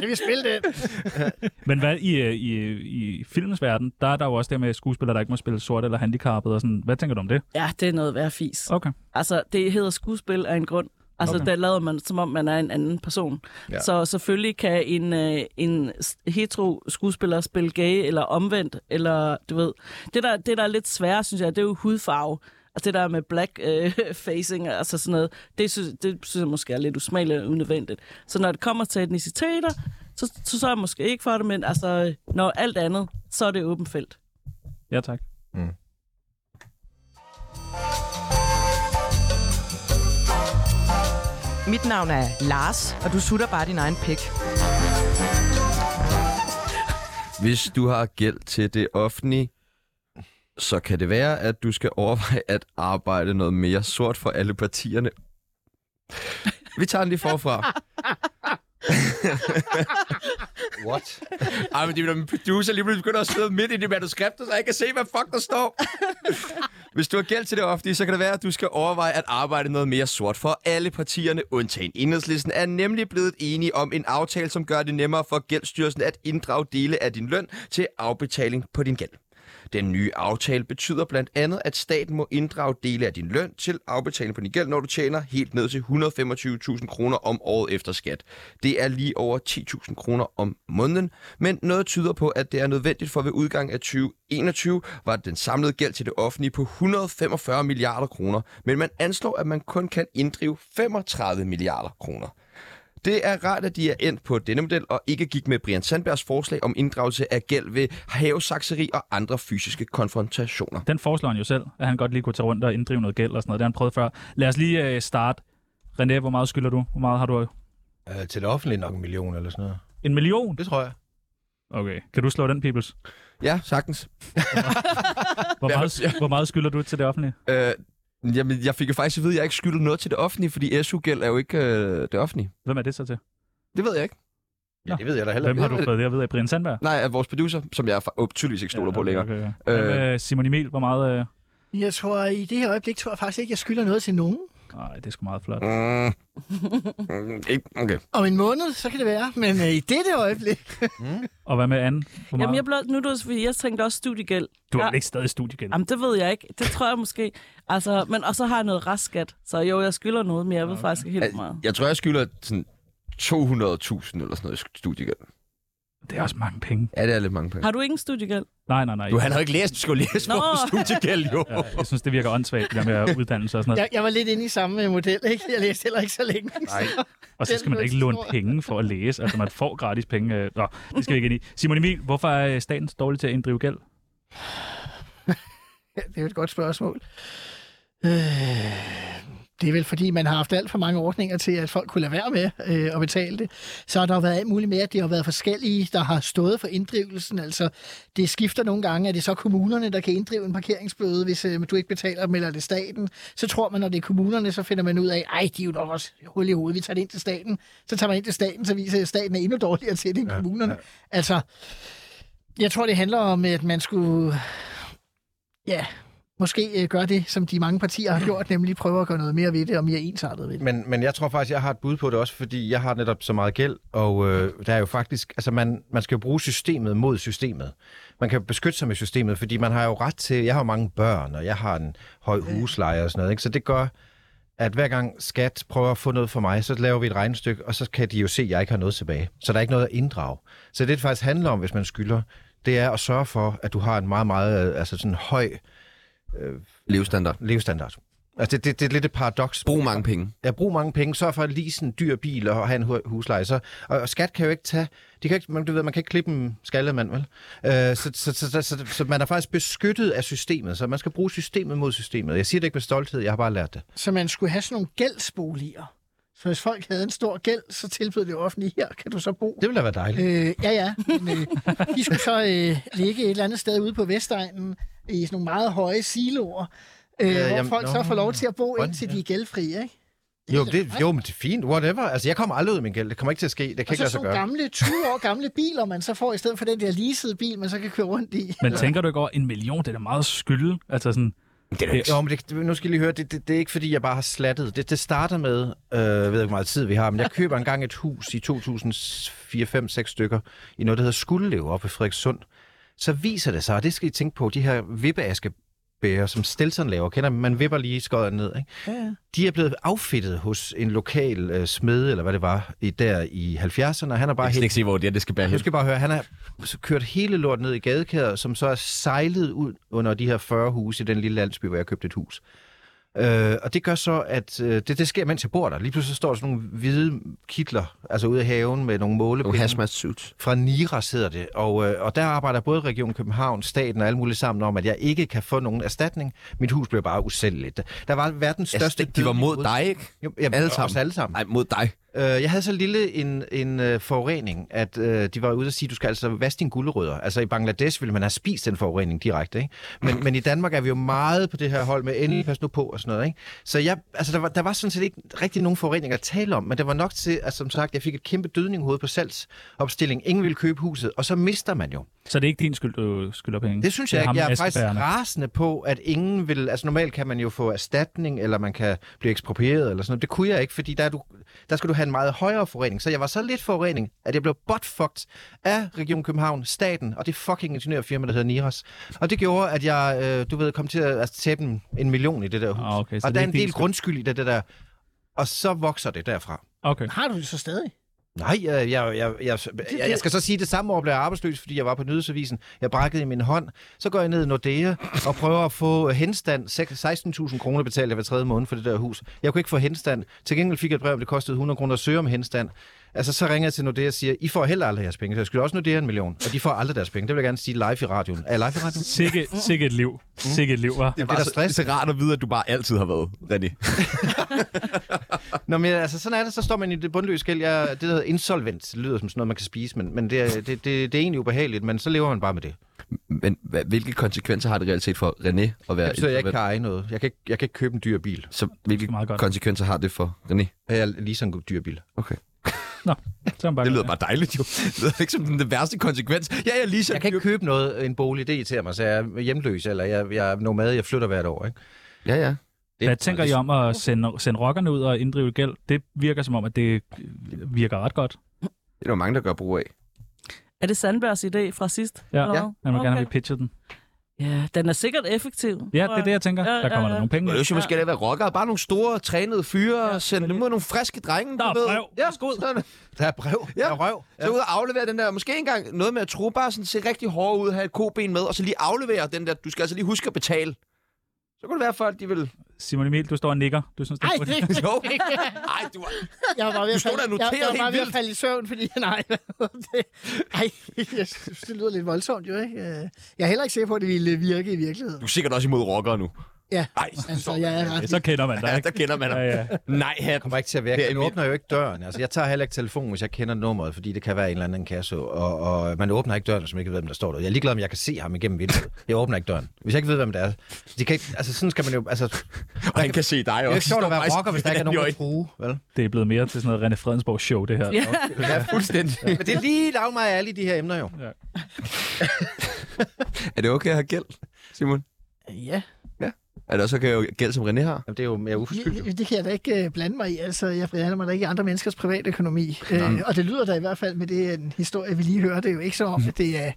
[SPEAKER 3] Kan vi spille det?
[SPEAKER 2] Men hvad i, øh, i, øh, i filmens verden, der er der jo også det med skuespillere, der ikke må spille sort eller handicappet. Og sådan. Hvad tænker du om det?
[SPEAKER 4] Ja, det er noget værd fis.
[SPEAKER 2] Okay.
[SPEAKER 4] Altså, det hedder skuespil af en grund. Altså,
[SPEAKER 2] Okay.
[SPEAKER 4] okay. der lader man, som om man er en anden person.
[SPEAKER 5] Ja.
[SPEAKER 4] Ja. Så selvfølgelig kan en, øh, en s- hetero skuespiller spille gay, eller omvendt, eller du ved. Det der, det, der er lidt sværere, synes jeg, det er jo hudfarve. Altså det der med black øh, *laughs* facing, altså sådan noget, det synes, det synes jeg måske er lidt usmageligt og unødvendigt. Så når det kommer til etniciteter, så, så, så er jeg måske ikke for det, men altså, øh, når alt andet, så er det åbent felt.
[SPEAKER 2] Ja, tak.
[SPEAKER 6] Mit navn er Lars, og du sutter bare din egen pik.
[SPEAKER 1] Hvis du har gæld til det offentlige, så kan det være, at du skal overveje at arbejde noget mere sort for alle partierne. Vi tager den lige forfra.
[SPEAKER 5] What?
[SPEAKER 1] Ej, men det er når min producer lige pludselig begynder at sidde midt i det manuskript, så jeg kan se, hvad fuck der står. Hvis du har gæld til det offentlige, så kan det være, at du skal overveje at arbejde noget mere sort, for alle partierne, undtagen enhedslisten, er nemlig blevet enige om en aftale, som gør det nemmere for gældsstyrelsen at inddrage dele af din løn til afbetaling på din gæld. Den nye aftale betyder blandt andet, at staten må inddrage dele af din løn til afbetaling på din gæld, når du tjener helt ned til 125.000 kroner om året efter skat. Det er lige over 10.000 kroner om måneden, men noget tyder på, at det er nødvendigt, for ved udgangen af 2021 var den samlede gæld til det offentlige på 145 milliarder kroner, men man anslår, at man kun kan inddrive 35 milliarder kroner. Det er rart, at de er endt på denne model og ikke gik med Brian Sandbergs forslag om inddragelse af gæld ved havesakseri og andre fysiske konfrontationer.
[SPEAKER 2] Den foreslår han jo selv, at han godt lige kunne tage rundt og inddrive noget gæld og sådan noget. Det har han prøvet før. Lad os lige øh, starte. René, hvor meget skylder du? Hvor meget har du?
[SPEAKER 5] Øh, til det offentlige nok en million eller sådan noget.
[SPEAKER 2] En million?
[SPEAKER 5] Det tror jeg.
[SPEAKER 2] Okay. Kan du slå den, Peoples?
[SPEAKER 1] Ja, sagtens.
[SPEAKER 2] Hvor meget, hvor meget skylder du til det offentlige?
[SPEAKER 1] Øh, jamen, jeg fik jo faktisk at vide, at jeg ikke skylder noget til det offentlige, fordi SU-gæld er jo ikke øh, det offentlige.
[SPEAKER 2] Hvem er det så til?
[SPEAKER 1] Det ved jeg ikke.
[SPEAKER 5] Ja, det ved jeg da heller
[SPEAKER 2] Hvem
[SPEAKER 5] ikke.
[SPEAKER 2] har du fået det at vide af? Brian Sandberg?
[SPEAKER 1] Nej, at vores producer, som jeg fa- åh, tydeligvis ikke stoler ja, på længere.
[SPEAKER 2] Okay, okay. Hvem, øh, Simon Emil, hvor meget... Øh...
[SPEAKER 3] Jeg tror, i det her øjeblik, tror jeg faktisk ikke, jeg skylder noget til nogen.
[SPEAKER 2] Nej, det er sgu meget flot.
[SPEAKER 1] Mm. Mm, ikke- okay.
[SPEAKER 3] Om en måned, så kan det være. Men øh, i dette øjeblik,
[SPEAKER 2] Og hvad med Anne? Hvor meget?
[SPEAKER 4] Jamen, jeg, blev, nu, er du, jeg tænkte også studiegæld.
[SPEAKER 2] Du er
[SPEAKER 4] Ja.
[SPEAKER 2] vel ikke stadig studiegæld?
[SPEAKER 4] Jamen, det ved jeg ikke. Det tror jeg måske. Altså, men, og så har jeg noget restskat. Så jo, jeg skylder noget, men jeg ved okay. faktisk ikke helt hvor meget.
[SPEAKER 1] Jeg tror, jeg skylder sådan 200.000 eller sådan noget i studiegæld.
[SPEAKER 2] Det er også mange penge.
[SPEAKER 1] Ja, det er lidt mange penge.
[SPEAKER 4] Har du ingen studiegæld?
[SPEAKER 2] Nej, nej, nej.
[SPEAKER 1] Du han havde ikke læst, du skulle læse
[SPEAKER 4] Nå.
[SPEAKER 1] på
[SPEAKER 5] *laughs*
[SPEAKER 1] studiegæld, jo.
[SPEAKER 2] Ja, jeg synes, det virker åndssvagt, det der med uddannelse og sådan noget.
[SPEAKER 3] jeg, jeg var lidt inde i samme øh, model, ikke? Jeg læste heller ikke så længe. Nej.
[SPEAKER 2] Og så skal man da ikke låne penge for at læse. Altså, man får gratis penge. øh, Nå, det skal vi ikke ind i. Simon Emil, hvorfor er staten så dårlig til at inddrive gæld?
[SPEAKER 3] *laughs* Det er jo et godt spørgsmål. Øh, det er vel fordi, man har haft alt for mange ordninger til, at folk kunne lade være med øh, at betale det. Så har der jo været alt muligt med, at det har været forskellige, der har stået for inddrivelsen. Altså, det skifter nogle gange. Er det så kommunerne, der kan inddrive en parkeringsbøde, hvis øh, du ikke betaler dem, eller er det staten? Så tror man, når det er kommunerne, så finder man ud af, ej, de er jo nok også hul i hovedet, vi tager det ind til staten. Så tager man ind til staten, så viser det, at staten er endnu dårligere til det end kommunerne. Altså, jeg tror, det handler om, at man skulle ja, måske øh, gøre det, som de mange partier har gjort, nemlig prøve at gøre noget mere ved det og mere ensartet ved det.
[SPEAKER 5] Men, men jeg tror faktisk, jeg har et bud på det også, fordi jeg har netop så meget gæld, og øh, der er jo faktisk, altså man, man skal jo bruge systemet mod systemet. Man kan jo beskytte sig med systemet, fordi man har jo ret til, jeg har jo mange børn, og jeg har en høj husleje og sådan noget, ikke? så det gør, at hver gang skat prøver at få noget for mig, så laver vi et regnestykke, og så kan de jo se, at jeg ikke har noget tilbage. Så der er ikke noget at inddrage. Så det, det faktisk handler om, hvis man skylder, det er at sørge for, at du har en meget, meget øh, altså sådan høj
[SPEAKER 1] Levestandard.
[SPEAKER 5] levestandard. Altså det, det, det er lidt et paradoks.
[SPEAKER 1] Brug mange penge.
[SPEAKER 5] Ja, brug mange penge, sørg for at lease en dyr bil og have en hu- husleje. Så, og, og skat kan jo ikke tage... De kan ikke, man, du ved, man kan ikke klippe en skaldemand, vel? Øh, så, så, så, så, så, så man er faktisk beskyttet af systemet, så man skal bruge systemet mod systemet. Jeg siger det ikke med stolthed, jeg har bare lært det.
[SPEAKER 3] Så man skulle have sådan nogle gældsboliger. Så hvis folk havde en stor gæld, så tilbød det offentlige, her kan du så bo.
[SPEAKER 5] Det ville da være dejligt.
[SPEAKER 3] Øh, ja, ja. Men, øh, de skulle så øh, ligge et eller andet sted ude på Vestegnen i sådan nogle meget høje siloer, øh,
[SPEAKER 5] Ja,
[SPEAKER 3] ja,
[SPEAKER 5] jamen,
[SPEAKER 3] hvor folk
[SPEAKER 5] nå.
[SPEAKER 3] så får lov til at bo,
[SPEAKER 5] Grøn,
[SPEAKER 3] indtil
[SPEAKER 5] ja.
[SPEAKER 3] de er gældfrie, ikke?
[SPEAKER 5] Jo, det, jo, men det er fint, whatever. Altså, jeg kommer aldrig ud af min gæld. Det kommer ikke til at ske. Det kan
[SPEAKER 3] Og
[SPEAKER 5] ikke
[SPEAKER 3] så
[SPEAKER 5] lade sig
[SPEAKER 3] sådan nogle
[SPEAKER 5] gøre.
[SPEAKER 3] gamle, 20 år gamle biler, man så får i stedet for den der leasede bil, man så kan køre rundt i.
[SPEAKER 2] Men tænker du ikke over, en million, det er da meget skyld. Altså sådan,
[SPEAKER 5] Jo, men det, nu skal I lige høre, det, det, det er ikke fordi, jeg bare har slattet. Det, det starter med, øh, jeg ved ikke, hvor meget tid vi har, men jeg køber engang et hus i 2004, 5, 6 stykker i noget, der hedder Skuldelev oppe i Frederikssund. Så viser det sig, og det skal I tænke på, de her vippeaskebæger, som Stelton laver, kender man, man vipper lige skåret ned, ikke? Ja. De er blevet affittet hos en lokal øh, smed, eller hvad det var, i, der i 70'erne, og han har bare
[SPEAKER 8] Jeg kan
[SPEAKER 5] helt
[SPEAKER 8] ikke se, hvor det er, det skal bære
[SPEAKER 5] nu
[SPEAKER 8] hen.
[SPEAKER 5] skal I bare høre, han har så kørt hele lort ned i gadekæder, som så er sejlet ud under de her 40 huse i den lille landsby, hvor jeg købte et hus. Øh, og det gør så, at øh, det, det sker, mens jeg bor der. Lige pludselig så står der sådan nogle hvide kitler, altså ude i haven med nogle
[SPEAKER 1] Nogle
[SPEAKER 5] målepinde.
[SPEAKER 1] hazmat suits.
[SPEAKER 5] Fra Niras hedder det, og, øh, og der arbejder både Region København, staten og alle mulige sammen om, at jeg ikke kan få nogen erstatning. Mit hus bliver bare usælgeligt. Der var verdens største...
[SPEAKER 1] Altså, de var mod dig, ikke?
[SPEAKER 5] Jo, jamen,
[SPEAKER 1] Alle
[SPEAKER 5] os
[SPEAKER 1] sammen.
[SPEAKER 5] alle sammen.
[SPEAKER 1] Nej, mod dig.
[SPEAKER 5] Øh, jeg havde så lille en, en øh, forurening, at øh, de var ude og sige, du skal altså vaske dine gulerødder. Altså i Bangladesh ville man have spist den forurening direkte, ikke? Men, men i Danmark er vi jo meget på det her hold med, endelig pas nu på og sådan noget, ikke? Så jeg, altså, der, var, der var sådan set ikke rigtig nogen forureninger at tale om, men det var nok til, at som sagt, jeg fik et kæmpe dødning i hovedet på salgsopstilling. Ingen ville købe huset, og så mister man jo.
[SPEAKER 2] så det er ikke din skyld, du skylder penge?
[SPEAKER 5] Det synes
[SPEAKER 2] Mm. Det er
[SPEAKER 5] jeg
[SPEAKER 2] ham
[SPEAKER 5] ikke. Jeg er faktisk
[SPEAKER 2] askebærerne.
[SPEAKER 5] rasende på, at ingen vil... Altså normalt kan man jo få erstatning, eller man kan blive eksproprieret, eller sådan noget. Det kunne jeg ikke, fordi der, er du, der skal du have en meget højere forurening. Så jeg var så lidt forurening, at jeg blev botfucked af Region København, staten, og det fucking ingeniørfirma, der hedder Niras. Og det gjorde, at jeg, øh, du ved, kom til at altså, tabe en, en million i det der hus.
[SPEAKER 2] Ah, okay, så
[SPEAKER 5] og
[SPEAKER 2] det
[SPEAKER 5] der
[SPEAKER 2] er
[SPEAKER 5] er
[SPEAKER 2] ikke
[SPEAKER 5] en
[SPEAKER 2] din
[SPEAKER 5] del
[SPEAKER 2] skyld.
[SPEAKER 5] grundskyld i det, det der. Og så vokser det derfra.
[SPEAKER 2] Okay.
[SPEAKER 3] Har du det så stadig?
[SPEAKER 5] Nej, jeg, jeg, jeg, jeg, jeg, jeg skal så sige, at det samme år blev jeg arbejdsløs, fordi jeg var på nyhedsavisen. Jeg brækkede i min hånd. Så går jeg ned i Nordea og prøver at få henstand. Seks- 16.000 kroner betalte jeg hver tredje måned for det der hus. Jeg kunne ikke få henstand. Til gengæld fik jeg et brev, om det kostede 100 kroner at søge om henstand. Altså, så ringer jeg til Nordea og siger, I får heller aldrig jeres penge, så jeg skylder også Nordea en million. Og de får aldrig deres penge. Det vil jeg gerne sige live i radioen. Er jeg live i *laughs* radioen?
[SPEAKER 2] Sikke, sikke et liv. Sikke et liv, hva'?
[SPEAKER 5] Jamen, Mm. det er da stress.
[SPEAKER 8] så, så rart at vide, at du bare altid har været, René.
[SPEAKER 5] Nå, men altså, sådan er det. Så står man i det bundløse gæld. Jeg, det, der hedder insolvent, lyder som sådan noget, man kan spise, men, men det, er- det, det, det, er egentlig ubehageligt, men så lever man bare med det.
[SPEAKER 1] Men hva- hvilke konsekvenser har det reelt set for René at være
[SPEAKER 5] Det betyder, at jeg ikke
[SPEAKER 1] insolvent?
[SPEAKER 5] kan eje noget. Jeg kan ikke, jeg kan ikke købe en dyr bil.
[SPEAKER 1] Så hvilke
[SPEAKER 2] meget godt.
[SPEAKER 1] konsekvenser har det for René?
[SPEAKER 5] Jeg er lige sådan en dyr bil.
[SPEAKER 1] Okay.
[SPEAKER 2] Nå, så er han bare
[SPEAKER 8] Det
[SPEAKER 2] glad.
[SPEAKER 8] lyder bare dejligt, jo. Det lyder ikke som den værste konsekvens. Ja, jeg lige så...
[SPEAKER 5] Jeg kan ikke købe noget, en bolig, det irriterer mig, så jeg er hjemløs, eller jeg, jeg er nomad, jeg flytter hvert år. Ikke?
[SPEAKER 1] Ja, ja.
[SPEAKER 2] Hvad tænker I om at sende, sende rockerne ud og inddrive gæld? Det virker som om, at det øh, virker ret godt.
[SPEAKER 1] Det er der jo mange, der gør brug af.
[SPEAKER 4] Er det Sandbergs idé fra sidst?
[SPEAKER 2] Ja.
[SPEAKER 4] Eller
[SPEAKER 2] Ja.
[SPEAKER 4] hvad?
[SPEAKER 2] Man må gerne
[SPEAKER 4] Okay.
[SPEAKER 2] have vi pitchet den.
[SPEAKER 4] Ja, den er sikkert effektiv.
[SPEAKER 2] Ja, det er det, jeg tænker.
[SPEAKER 4] Ja,
[SPEAKER 2] Der kommer
[SPEAKER 4] ja,
[SPEAKER 2] der
[SPEAKER 4] ja.
[SPEAKER 2] nogle penge.
[SPEAKER 1] Og
[SPEAKER 2] ind.
[SPEAKER 1] det skal måske da være rockere. Bare nogle store, trænede fyre og sende dem ud nogle friske drenge,
[SPEAKER 2] Der er
[SPEAKER 1] du ved.
[SPEAKER 2] brev.
[SPEAKER 1] Ja, sådan.
[SPEAKER 5] Der er brev,
[SPEAKER 1] Ja.
[SPEAKER 5] der er røv.
[SPEAKER 1] Så ud og aflevere den der, måske engang noget med at tro, bare sådan se rigtig hård ud, have et koben med, og så lige aflevere den der, du skal altså lige huske at betale. Så kunne det være, at folk de vil
[SPEAKER 2] Simon Emil, du står og nikker. Du synes, det
[SPEAKER 3] Nej,
[SPEAKER 2] er
[SPEAKER 1] *laughs*
[SPEAKER 3] det
[SPEAKER 1] Jo. Ej, du,
[SPEAKER 3] Jeg var bare ved
[SPEAKER 1] Du
[SPEAKER 3] at
[SPEAKER 1] stod
[SPEAKER 3] falde,
[SPEAKER 1] der og
[SPEAKER 3] jeg,
[SPEAKER 1] noterede
[SPEAKER 3] jeg var
[SPEAKER 1] helt
[SPEAKER 3] bare ved at
[SPEAKER 1] vildt.
[SPEAKER 3] falde i søvn, fordi *laughs* nej, hvad hedder det, ej, jeg synes, det lyder lidt voldsomt jo, ikke? Øh, Jeg er heller ikke sikker på, at det ville virke i virkeligheden.
[SPEAKER 1] du er sikkert også imod rockere nu.
[SPEAKER 3] Ja,
[SPEAKER 1] Nej,
[SPEAKER 3] altså, jeg er ret.
[SPEAKER 2] Så kender man dig,
[SPEAKER 1] ja,
[SPEAKER 2] ikke?
[SPEAKER 1] der kender man
[SPEAKER 2] Ja,
[SPEAKER 1] ham.
[SPEAKER 2] ja.
[SPEAKER 1] Nej, her
[SPEAKER 5] Jeg kommer ikke til at være.
[SPEAKER 1] Det er
[SPEAKER 5] Jeg
[SPEAKER 1] mit-
[SPEAKER 5] åbner jo ikke døren. Altså, jeg tager heller ikke telefonen, hvis jeg kender nummeret, fordi det kan være en eller anden kasse. Og, og man åbner ikke døren, hvis man ikke ved, hvem der står der. Jeg er ligeglad, om jeg kan se ham igennem vinduet. Jeg åbner ikke døren. Hvis jeg ikke ved, hvem det er. De kan ikke, altså, sådan skal man jo... Altså,
[SPEAKER 1] Og han kan se dig
[SPEAKER 5] det er
[SPEAKER 1] også.
[SPEAKER 5] ikke sjovt at
[SPEAKER 1] Der
[SPEAKER 5] være
[SPEAKER 1] faktisk-
[SPEAKER 5] rocker, hvis der ikke er nogen at true, vel?
[SPEAKER 2] Det er blevet mere til sådan noget René Fredensborg show, det her.
[SPEAKER 4] Ja.
[SPEAKER 1] Ja, fuldstændig.
[SPEAKER 5] Men det er lige lavet mig alle de her emner jo.
[SPEAKER 1] Er det okay at have gæld, Simon?
[SPEAKER 3] Ja,
[SPEAKER 1] Er det også okay at have gæld, som René har?
[SPEAKER 5] Jamen, det er jo mere uforskyldt.
[SPEAKER 3] det, det kan jeg da ikke øh, blande mig i. Altså, jeg blander mig da ikke i andre menneskers privatøkonomi. Øh, og det lyder da i hvert fald med det en historie, vi lige hører. Det er jo ikke så om, at det er,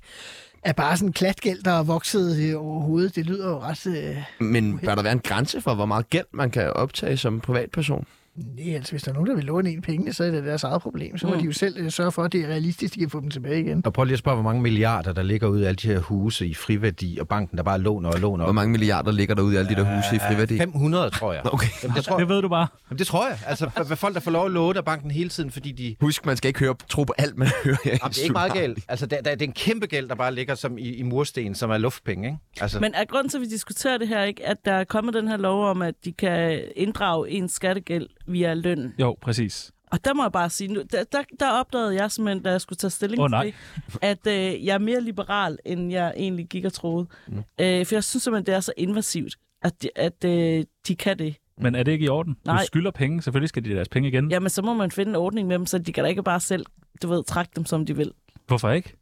[SPEAKER 3] er bare sådan en klatgæld, der er vokset øh, overhovedet. Det lyder jo ret... Øh,
[SPEAKER 1] Men bør der være en grænse for, hvor meget gæld man kan optage som privatperson?
[SPEAKER 3] Nej, altså hvis der er nogen, der vil låne en pengene, så er det deres eget problem. Så må de jo selv øh, sørge for, at det er realistisk, at de kan få dem tilbage igen.
[SPEAKER 5] Og prøv lige at spørge, hvor mange milliarder, der ligger ud af alle de her huse i friværdi, og banken, der bare låner og låner.
[SPEAKER 1] Hvor mange milliarder ligger der ud i alle de der huse i friværdi?
[SPEAKER 5] 500, tror jeg.
[SPEAKER 1] Okay.
[SPEAKER 5] Jamen, det, tror
[SPEAKER 2] Det
[SPEAKER 5] jeg.
[SPEAKER 2] ved du bare.
[SPEAKER 5] Jamen, det tror jeg. Altså, hvad- hvad folk, der får lov at låne af banken hele tiden, fordi de
[SPEAKER 1] Husk, man skal ikke høre, tro på alt, man hører her i
[SPEAKER 5] Jamen, det er ikke meget
[SPEAKER 1] Tsunami.
[SPEAKER 5] galt. Altså, der, der, det er en kæmpe gæld, der bare ligger som i, i mursten, som er luftpenge, ikke? Altså, Men...
[SPEAKER 4] Men er grunden til, at vi diskuterer det her, ikke, at der er kommet den her lov om, at de kan inddrage en skattegæld via lønnen?
[SPEAKER 2] Jo, præcis.
[SPEAKER 4] Og der må jeg bare sige, nu, der, der, der opdagede jeg simpelthen, da jeg skulle tage stilling
[SPEAKER 2] Åh,
[SPEAKER 4] til
[SPEAKER 2] nej.
[SPEAKER 4] det, at øh, jeg er mere liberal, end jeg egentlig gik og troede. Mm. Øh, for jeg synes simpelthen, det er så invasivt, at de, at, øh, de kan det.
[SPEAKER 2] Men er det ikke i orden? Du
[SPEAKER 4] Nej.
[SPEAKER 2] skylder penge. Selvfølgelig skal de have deres penge igen.
[SPEAKER 4] Jamen, så må man finde en ordning med dem, så de kan da ikke bare selv, du ved, trække dem, som de vil.
[SPEAKER 2] Hvorfor ikke?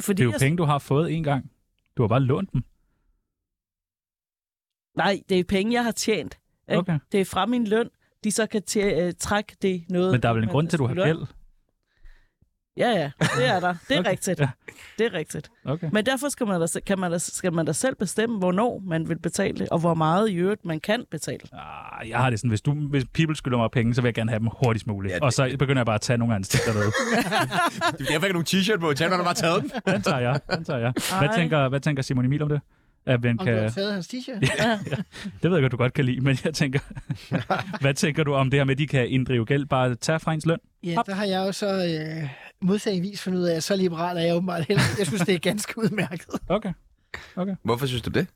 [SPEAKER 4] Fordi
[SPEAKER 2] Det er jo
[SPEAKER 4] jeg-
[SPEAKER 2] penge, du har fået en gang. Du har bare lånt dem.
[SPEAKER 4] Nej, det er penge, jeg har tjent. Ikke?
[SPEAKER 2] Okay.
[SPEAKER 4] Det er fra min løn, de så kan tæ- øh, trække det noget.
[SPEAKER 2] Men der er vel en
[SPEAKER 4] man
[SPEAKER 2] grund til, at du har
[SPEAKER 4] skylder.
[SPEAKER 2] gæld.
[SPEAKER 4] Ja, ja, det er der. Det er
[SPEAKER 2] Okay,
[SPEAKER 4] okay. rigtigt.
[SPEAKER 2] ja.
[SPEAKER 4] Det er rigtigt.
[SPEAKER 2] Okay.
[SPEAKER 4] Men derfor skal man, da, se- kan man da, skal man da selv bestemme, hvornår man vil betale det, og hvor meget i øvrigt man kan betale.
[SPEAKER 2] Ah, jeg har det sådan, hvis, du, hvis people skylder mig penge, så vil jeg gerne have dem hurtigst muligt. Ja, det... Og så begynder jeg bare at tage nogle af hans ting dernede.
[SPEAKER 1] Det er derfor, jeg ikke har nogen t-shirt på. Tag, når du bare taget den.
[SPEAKER 2] Den tager jeg. Den tager jeg. Hvad
[SPEAKER 4] Ej.
[SPEAKER 2] tænker, hvad tænker Simon Emil om det? At man
[SPEAKER 3] Om du har
[SPEAKER 2] kan,
[SPEAKER 3] taget hans t-shirt? Ja.
[SPEAKER 2] det ved jeg godt, du godt kan lide, men jeg tænker, *laughs* hvad tænker du om det her med, at de kan inddrive gæld? Bare tage fra ens løn?
[SPEAKER 3] ja, der har jeg jo så øh, modsatvis fundet ud af, at så liberal er jeg åbenbart heller. ikke. Jeg synes, det er ganske *laughs* udmærket.
[SPEAKER 2] Okay.
[SPEAKER 1] Hvorfor synes du det?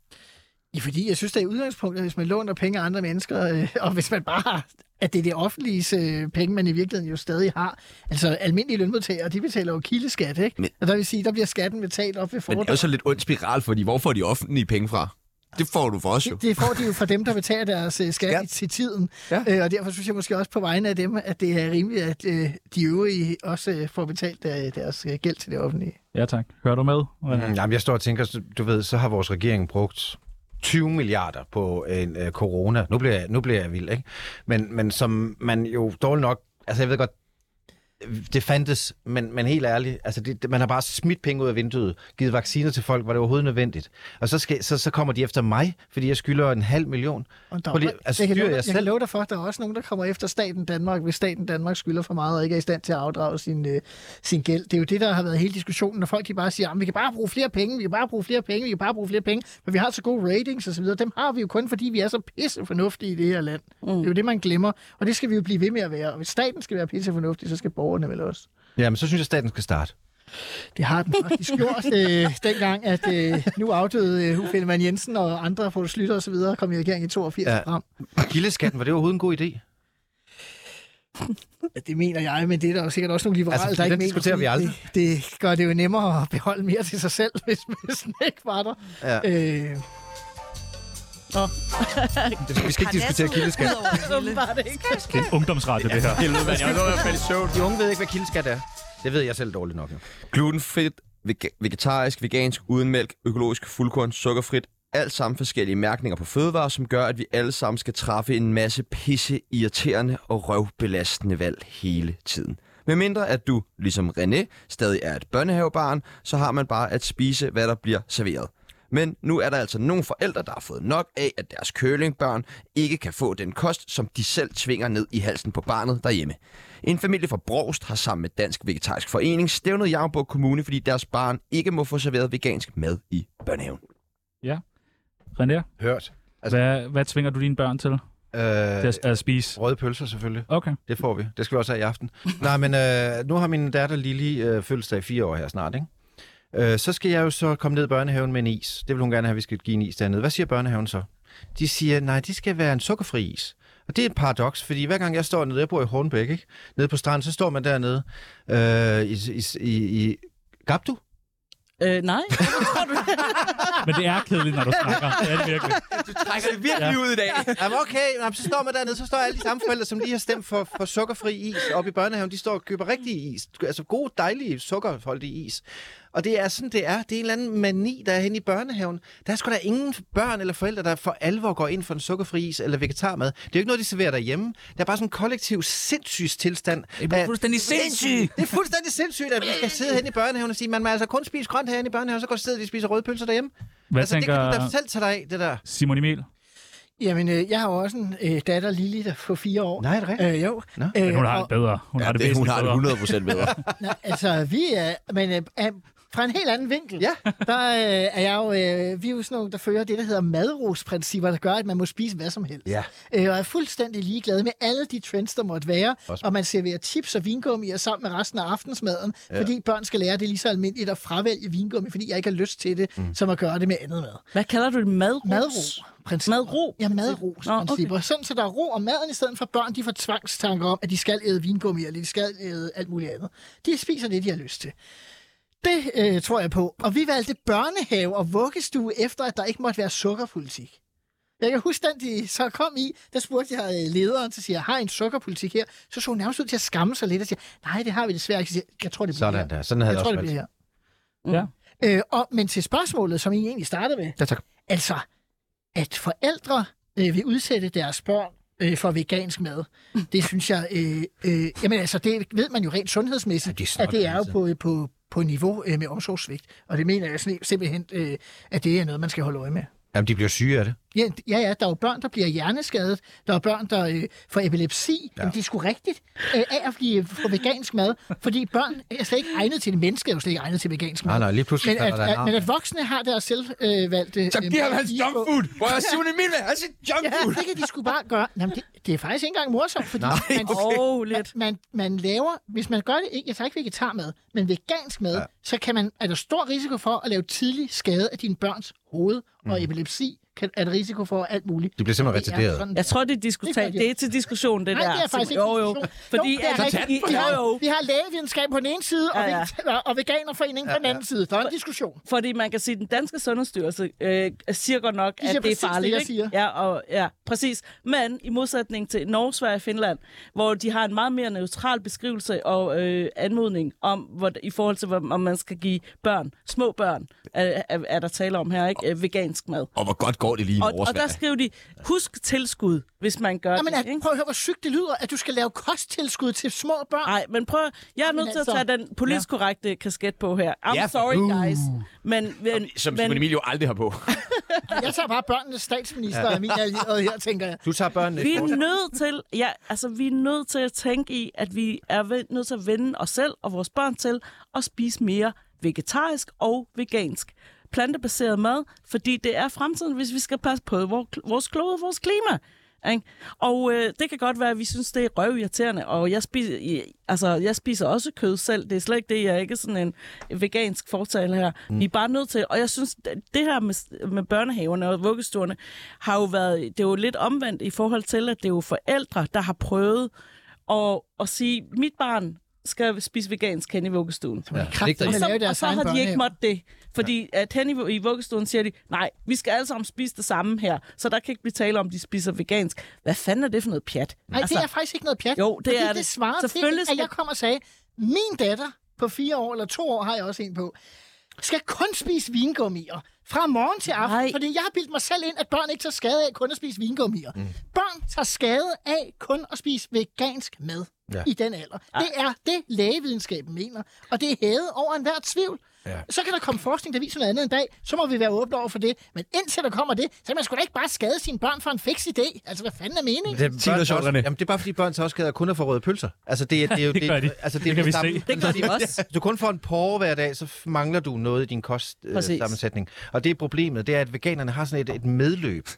[SPEAKER 3] Ja, fordi jeg synes, det er udgangspunktet, hvis man låner penge af andre mennesker, øh, og hvis man bare har, at det er det offentlige øh, penge, man i virkeligheden jo stadig har. Altså almindelige lønmodtagere, de betaler jo kildeskat, ikke?
[SPEAKER 1] Men-
[SPEAKER 3] Men... Og der vil sige, der bliver skatten betalt op
[SPEAKER 1] Men
[SPEAKER 3] ved
[SPEAKER 1] det er
[SPEAKER 3] fordel.
[SPEAKER 1] jo så lidt ond spiral, fordi hvor får de offentlige penge fra? Det får du for os jo.
[SPEAKER 3] Det, det får de jo fra dem, der betaler deres øh, skat
[SPEAKER 1] Skat.
[SPEAKER 3] i- til tiden.
[SPEAKER 1] Ja.
[SPEAKER 3] Ja. Øh, og derfor synes jeg måske også på vegne af dem, at det er rimeligt, at øh, de øvrige også øh, får betalt der, deres øh, gæld til det offentlige.
[SPEAKER 2] Ja tak. Hører du med? Mm.
[SPEAKER 5] Jamen, jeg står og tænker, så- du ved, så har vores regering brugt 20 milliarder på en øh, corona. Nu bliver, jeg, nu bliver jeg vild, ikke? Men, men som man jo dårligt nok... Altså, jeg ved godt, det fandtes, men, men helt ærligt, altså det, det- man har bare smidt penge ud af vinduet, givet vacciner til folk, hvor det overhovedet nødvendigt. Og så, skal, så, så kommer de efter mig, fordi jeg skylder en halv million.
[SPEAKER 3] Og der,
[SPEAKER 5] Prøv lige, altså,
[SPEAKER 3] jeg, kan
[SPEAKER 5] styrer
[SPEAKER 3] love,
[SPEAKER 5] jer
[SPEAKER 3] jeg kan
[SPEAKER 5] selv.
[SPEAKER 3] love dig for, at der er også nogen, der kommer efter staten Danmark, hvis staten Danmark skylder for meget og ikke er i stand til at afdrage sin, øh, sin gæld. Det er jo det, der har været hele diskussionen, når folk de bare siger, at vi kan bare bruge flere penge, vi kan bare bruge flere penge, vi kan bare bruge flere penge, men vi har så gode ratings osv. Dem har vi jo kun, fordi vi er så pisse fornuftige i det her land. Mm. Det er jo det, man glemmer, og det skal vi jo blive ved med at være. Og hvis staten skal være pisse fornuftig, så skal borgerne vel også.
[SPEAKER 5] Jamen, så synes jeg, staten skal starte.
[SPEAKER 3] Det har den faktisk gjort, øh, dengang, at øh, nu afdøde øh, Uffe Ellemann Jensen og andre på Slytter og så videre, kom i regering i 82
[SPEAKER 5] Ja.
[SPEAKER 3] ja. frem.
[SPEAKER 5] Gildeskatten, var det overhovedet en god idé?
[SPEAKER 3] Ja, det mener jeg, men det er der jo sikkert også nogle liberale,
[SPEAKER 5] Altså,
[SPEAKER 3] der
[SPEAKER 5] den
[SPEAKER 3] ikke mener.
[SPEAKER 5] diskuterer vi
[SPEAKER 3] fordi Det, det gør det jo nemmere at beholde mere til sig selv, *laughs* hvis, hvis den ikke var der.
[SPEAKER 5] Ja.
[SPEAKER 3] Øh,
[SPEAKER 5] Det, vi skal ikke diskutere gildeskat.
[SPEAKER 4] Åbenbart ikke.
[SPEAKER 2] Det er en ungdomsradio, det her.
[SPEAKER 1] Helvede, mand. Jeg var i hvert fald i søvn.
[SPEAKER 5] De unge ved ikke, hvad kildeskat er. Det ved jeg selv dårligt nok. Jo.
[SPEAKER 1] Glutenfrit, vega- vegetarisk, vegansk, uden mælk, økologisk, fuldkorn, sukkerfrit. Alt sammen forskellige mærkninger på fødevarer, som gør, at vi alle sammen skal træffe en masse pisse irriterende og røvbelastende valg hele tiden. Med mindre at du, ligesom René, stadig er et børnehavebarn, så har man bare at spise, hvad der bliver serveret. Men nu er der altså nogle forældre, der har fået nok af, at deres kølingbørn ikke kan få den kost, som de selv tvinger ned i halsen på barnet derhjemme. En familie fra Brogst har sammen med Dansk Vegetarisk Forening stævnet Jammerburg Kommune, fordi deres barn ikke må få serveret vegansk mad i børnehaven.
[SPEAKER 2] René,
[SPEAKER 5] Hørt. Altså-
[SPEAKER 2] Hvad, hvad tvinger du dine børn til
[SPEAKER 5] Øh,
[SPEAKER 2] til at, at spise?
[SPEAKER 5] Røde pølser selvfølgelig.
[SPEAKER 2] Okay.
[SPEAKER 5] Det får vi. Det skal vi også have i aften. Nej, men øh, nu har min datter Lili øh, fødselsdag i fire år her snart, ikke? Øh, så skal jeg jo så komme ned i børnehaven med en is. Det vil hun gerne have, at vi skal give en is dernede. Hvad siger børnehaven så? De siger, nej, de skal være en sukkerfri is. Og det er et paradoks, fordi hver gang jeg står nede, jeg bor i Hornbæk, ikke? Nede på stranden, så står man dernede øh, i, i, i, i Gabdu.
[SPEAKER 4] Øh, nej.
[SPEAKER 2] Men det er kedeligt, når du
[SPEAKER 8] *laughs*
[SPEAKER 2] snakker. Det er det virkelig.
[SPEAKER 8] Du trækker det virkelig ud i dag.
[SPEAKER 5] Jamen okay, jamen, så står man dernede, så står alle de samme forældre, som lige har stemt for, for sukkerfri is op i børnehaven, de står og køber rigtig is. Altså gode, dejlige, sukkerholdige is. Og det er sådan, det er. Det er en eller anden mani, der er henne i børnehaven. Der er sgu da ingen børn eller forældre, der for alvor går ind for en sukkerfri is eller vegetarmad. Det er jo ikke noget, de serverer derhjemme. Der er bare sådan en kollektiv sindssygstilstand. Det er
[SPEAKER 2] fuldstændig sindssyg.
[SPEAKER 5] Det er fuldstændig sindssygt, at vi skal sidde hen i børnehaven og sige, man må altså kun spise grønt herinde i børnehaven, så går sidde, de spiser røde pølser derhjemme.
[SPEAKER 2] Hvad
[SPEAKER 5] altså,
[SPEAKER 2] tænker
[SPEAKER 5] det kan du da selv tage dig af, det der.
[SPEAKER 2] Simon Emil?
[SPEAKER 3] Jamen, øh, jeg har jo også en øh, datter, Lili, der får fire år.
[SPEAKER 5] Nej, er det rigtigt?
[SPEAKER 3] Øh, jo.
[SPEAKER 5] Nå,
[SPEAKER 3] Øh,
[SPEAKER 2] Men hun har
[SPEAKER 3] og-
[SPEAKER 2] det bedre. Hun har det,
[SPEAKER 8] det, hun
[SPEAKER 2] væsentligt
[SPEAKER 8] har det
[SPEAKER 2] bedre.
[SPEAKER 8] 100% bedre.
[SPEAKER 3] Nej, altså, vi er, men øh, er fra en helt anden vinkel.
[SPEAKER 5] Ja.
[SPEAKER 3] Der øh, er jeg jo, øh, vi er jo sådan nogle, der fører det, der hedder madrosprincipper, der gør, at man må spise hvad som helst.
[SPEAKER 5] Ja.
[SPEAKER 3] Øh, og er fuldstændig ligeglad med alle de trends, der måtte være.
[SPEAKER 5] Også-
[SPEAKER 3] Og man serverer chips og vingummier sammen med resten af aftensmaden, ja. fordi børn skal lære det er lige så almindeligt at fravælge vingummi, fordi jeg ikke har lyst til det, mm. som at gøre det med andet mad.
[SPEAKER 4] Hvad kalder du det? Madros?
[SPEAKER 3] Madro. Principper.
[SPEAKER 4] Madro?
[SPEAKER 3] Ja, madrosprincipper.
[SPEAKER 4] Nå,
[SPEAKER 3] Okay. Sådan, så der er ro om maden, i stedet for børn, de får tvangstanker om, at de skal æde vingummi, eller de skal æde alt muligt andet. De spiser det, de har lyst til. Det øh, tror jeg på. Og vi valgte børnehave og vuggestue efter, at der ikke måtte være sukkerpolitik. Jeg kan huske, den de så kom i, der spurgte jeg øh, lederen, så siger jeg, har I en sukkerpolitik her? Så så hun nærmest ud til at skamme sig lidt og siger, nej, det har vi desværre ikke. Så siger, jeg, jeg tror, det bliver
[SPEAKER 5] Sådan
[SPEAKER 3] her.
[SPEAKER 5] der. Sådan havde
[SPEAKER 3] Jeg tror, det
[SPEAKER 5] også
[SPEAKER 3] bliver
[SPEAKER 5] valgt.
[SPEAKER 3] her. Øh, og, men til spørgsmålet, som I egentlig startede med.
[SPEAKER 5] Ja, tak.
[SPEAKER 3] Altså, at forældre øh, vil udsætte deres børn øh, for vegansk mad, det synes jeg... Øh, øh, jamen altså, det ved man jo rent sundhedsmæssigt,
[SPEAKER 5] Ja,
[SPEAKER 3] ja,
[SPEAKER 5] det
[SPEAKER 3] det at det er
[SPEAKER 5] er altså.
[SPEAKER 3] jo
[SPEAKER 5] snot,
[SPEAKER 3] på, øh, på, på niveau øh, med omsorgssvigt. Og det mener jeg sådan- simpelthen, øh, at det er noget, man skal holde øje med.
[SPEAKER 5] Jamen, de bliver syge af det.
[SPEAKER 3] Ja, d- ja, ja, der er jo børn, der bliver hjerneskadet. Der er børn, der øh, får epilepsi. Ja. Jamen, det er sgu rigtigt øh, af at blive få vegansk mad. Fordi børn er slet ikke egnet til det. Mennesker er jo slet ikke egnet til vegansk mad.
[SPEAKER 5] Nej, nej, lige pludselig
[SPEAKER 3] Men
[SPEAKER 5] falder
[SPEAKER 3] at,
[SPEAKER 5] der en
[SPEAKER 3] at,
[SPEAKER 5] arm
[SPEAKER 3] men
[SPEAKER 5] af.
[SPEAKER 3] at voksne har deres selvvalgte...
[SPEAKER 8] *laughs*
[SPEAKER 3] Øh,
[SPEAKER 8] Så giv ham hans junk food. Hvor er Simon Emil med hans junk
[SPEAKER 3] Ja,
[SPEAKER 8] food?
[SPEAKER 3] det kan de sgu bare gøre. Jamen, det, det er faktisk ikke engang morsomt, fordi Nej, man,
[SPEAKER 4] okay. Åh, lidt.
[SPEAKER 3] man, man laver... Hvis man gør det ikke... Jeg tager ikke vegetarmad, men vegansk mad, ja. så kan man, er der stor risiko for at lave tidlig skade af dine børns hoved, og epilepsi kan, er der risiko for alt muligt.
[SPEAKER 5] De bliver simpelthen
[SPEAKER 3] Det er
[SPEAKER 5] retarderet.
[SPEAKER 3] sådan-
[SPEAKER 4] Jeg tror, det er, diskuta-
[SPEAKER 3] Det er-
[SPEAKER 4] det er til diskussion, det
[SPEAKER 3] Nej,
[SPEAKER 4] der.
[SPEAKER 3] det er faktisk ikke
[SPEAKER 4] Jo, jo.
[SPEAKER 3] diskussion.
[SPEAKER 4] Fordi
[SPEAKER 3] Jo, det er
[SPEAKER 4] at,
[SPEAKER 3] rigtigt.
[SPEAKER 4] I,
[SPEAKER 3] Vi har,
[SPEAKER 4] jo, jo.
[SPEAKER 3] vi har lægevidenskab på den ene side, og,
[SPEAKER 4] Ja, ja.
[SPEAKER 3] ja. og veganerforeningen ja, ja. på den anden side. Der er en diskussion.
[SPEAKER 4] Fordi man kan sige, at den danske sundhedsstyrelse øh, siger godt nok,
[SPEAKER 3] siger
[SPEAKER 4] at det er
[SPEAKER 3] præcis det,
[SPEAKER 4] farligt.
[SPEAKER 3] jeg
[SPEAKER 4] ikke?
[SPEAKER 3] siger.
[SPEAKER 4] Ja, og, ja, præcis. Men i modsætning til Norge, Sverige og Finland, hvor de har en meget mere neutral beskrivelse og øh, anmodning om, hvor, i forhold til, hvor- om man skal give børn, små børn, er, er, er der tale om her, ikke? Øh, vegansk mad.
[SPEAKER 8] Og hvor godt går det lige i
[SPEAKER 4] Og,
[SPEAKER 8] Norge og
[SPEAKER 4] og der
[SPEAKER 8] Sverige.
[SPEAKER 4] skriver de, husk tilskud, hvis man gør
[SPEAKER 3] Jamen,
[SPEAKER 4] det.
[SPEAKER 3] at, prøv at høre, hvor sygt det lyder, at du skal lave kosttilskud til små børn.
[SPEAKER 4] Nej, men prøv, jeg er nødt til at
[SPEAKER 3] altså-
[SPEAKER 4] tage den politisk korrekte kasket på her. I'm
[SPEAKER 8] Ja, for- Uh.
[SPEAKER 4] sorry, guys. Men, men,
[SPEAKER 8] Som Simon
[SPEAKER 4] men
[SPEAKER 8] Emil jo aldrig har på.
[SPEAKER 3] Jeg tager bare børnenes statsminister ja. min allierede her, tænker jeg.
[SPEAKER 5] Du tager børnene.
[SPEAKER 4] vi er nødt til, ja, altså, vi er nødt til at tænke i, at vi er ved- nødt til at vende os selv og vores børn til at spise mere vegetarisk og vegansk plantebaseret mad, fordi det er fremtiden, hvis vi skal passe på vor- vores klode og vores klima. Ikke? Og øh, det kan godt være, at vi synes, det er røvirriterende, og jeg spiser, i- altså, jeg spiser også kød selv. Det er slet ikke det, jeg er ikke sådan en vegansk fortaler her. Mm. Vi er bare nødt til, og jeg synes, det det her med, med børnehaverne og vuggestuerne, har jo været, det er jo lidt omvendt i forhold til, at det er jo forældre, der har prøvet at, at sige, mit barn skal spise vegansk hen i vuggestuen.
[SPEAKER 3] Ja, Kræft,
[SPEAKER 5] det er
[SPEAKER 3] at lave
[SPEAKER 4] Og så, og
[SPEAKER 3] deres
[SPEAKER 4] så
[SPEAKER 3] egen
[SPEAKER 4] har de ikke
[SPEAKER 3] børnehave.
[SPEAKER 4] måttet det. Fordi at hen i, i vuggestuen siger de, nej, vi skal alle sammen spise det samme her, så der kan ikke blive tale om, at de spiser vegansk. Hvad fanden er det for noget pjat? Altså,
[SPEAKER 3] Nej, det er faktisk ikke noget pjat.
[SPEAKER 4] Jo, det
[SPEAKER 3] fordi
[SPEAKER 4] er
[SPEAKER 3] det
[SPEAKER 4] det.
[SPEAKER 3] svarer til,
[SPEAKER 4] Selvfølgelig
[SPEAKER 3] at
[SPEAKER 4] skal-
[SPEAKER 3] jeg kom og sagde, min datter på fire år, eller to år har jeg også en på, skal kun spise vingummier fra morgen til aften,
[SPEAKER 4] Nej.
[SPEAKER 3] fordi jeg har bildt mig selv ind, at børn ikke tager skade af kun at spise vingummier. Mm. Børn tager skade af kun at spise vegansk mad ja. i den alder. Det er det, lægevidenskaben mener, og det er hævet over enhver tvivl. Ja. Så kan der komme forskning, der viser noget andet en dag. Så må vi være åbne over for det. Men indtil der kommer det, så kan man sgu da ikke bare skade sine børn for en fix idé. Altså, hvad fanden er meningen?
[SPEAKER 5] Det,
[SPEAKER 2] Sig noget sjovt, René.
[SPEAKER 5] Jamen, det er bare fordi børn så også skader kun at få røde pølser. Altså, det, er- det, er jo-
[SPEAKER 2] Det gør de.
[SPEAKER 5] Altså,
[SPEAKER 2] Det kan vi
[SPEAKER 5] samme-
[SPEAKER 2] se.
[SPEAKER 5] *laughs*
[SPEAKER 6] Det gør de også.
[SPEAKER 5] Hvis du kun får en porre hver dag, så mangler du noget i din
[SPEAKER 6] Præcis.
[SPEAKER 5] kostsammensætning. og det er problemet, det er, at veganerne har sådan et, et medløb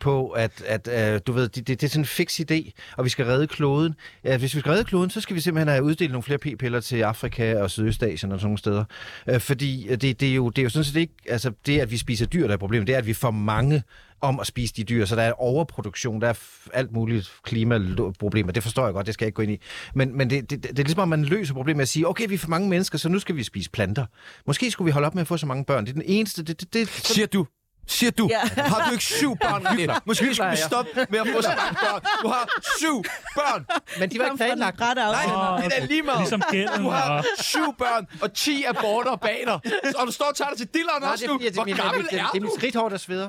[SPEAKER 5] på, at, at øh, du ved, det, det, det er sådan en fix idé, og vi skal redde kloden. Ja, hvis vi skal redde kloden, så skal vi simpelthen have uddelt nogle flere p-piller til Afrika og Sydøstasien og sådan nogle steder. Øh, fordi øh, det, det, er jo, det er jo sådan set ikke, altså det, at vi spiser dyr, der er problemet, det er, at vi får mange om at spise de dyr, så der er overproduktion, der er f- alt muligt klimaproblemer, det forstår jeg godt, det skal jeg ikke gå ind i. Men, men det, det, det, det er ligesom, om man løser problemet med at sige, okay, vi er for mange mennesker, så nu skal vi spise planter. Måske skulle vi holde op med at få så mange børn. Det er den eneste, det, det, det, så
[SPEAKER 8] Siger du? Siger du?
[SPEAKER 6] Ja.
[SPEAKER 8] Har du ikke syv *laughs* børn, René? Måske skulle vi
[SPEAKER 5] jeg.
[SPEAKER 8] stoppe med at få så mange børn. Du har syv børn.
[SPEAKER 5] Men de var ikke planlagt.
[SPEAKER 6] Ret af.
[SPEAKER 8] Nej, det
[SPEAKER 2] Åh,
[SPEAKER 8] er da
[SPEAKER 2] okay.
[SPEAKER 8] lige meget.
[SPEAKER 2] Ligesom gælden
[SPEAKER 8] Du har
[SPEAKER 2] og-
[SPEAKER 8] syv børn og ti aborter bag dig. Og du står og tager dig til dilleren
[SPEAKER 5] Nej,
[SPEAKER 8] også
[SPEAKER 5] det
[SPEAKER 8] nu.
[SPEAKER 5] er, fordi, at det, er
[SPEAKER 8] Hvor
[SPEAKER 5] min-
[SPEAKER 8] gammel
[SPEAKER 5] det, det,
[SPEAKER 8] er
[SPEAKER 5] det er mit
[SPEAKER 8] du?
[SPEAKER 5] skridthår, der sveder.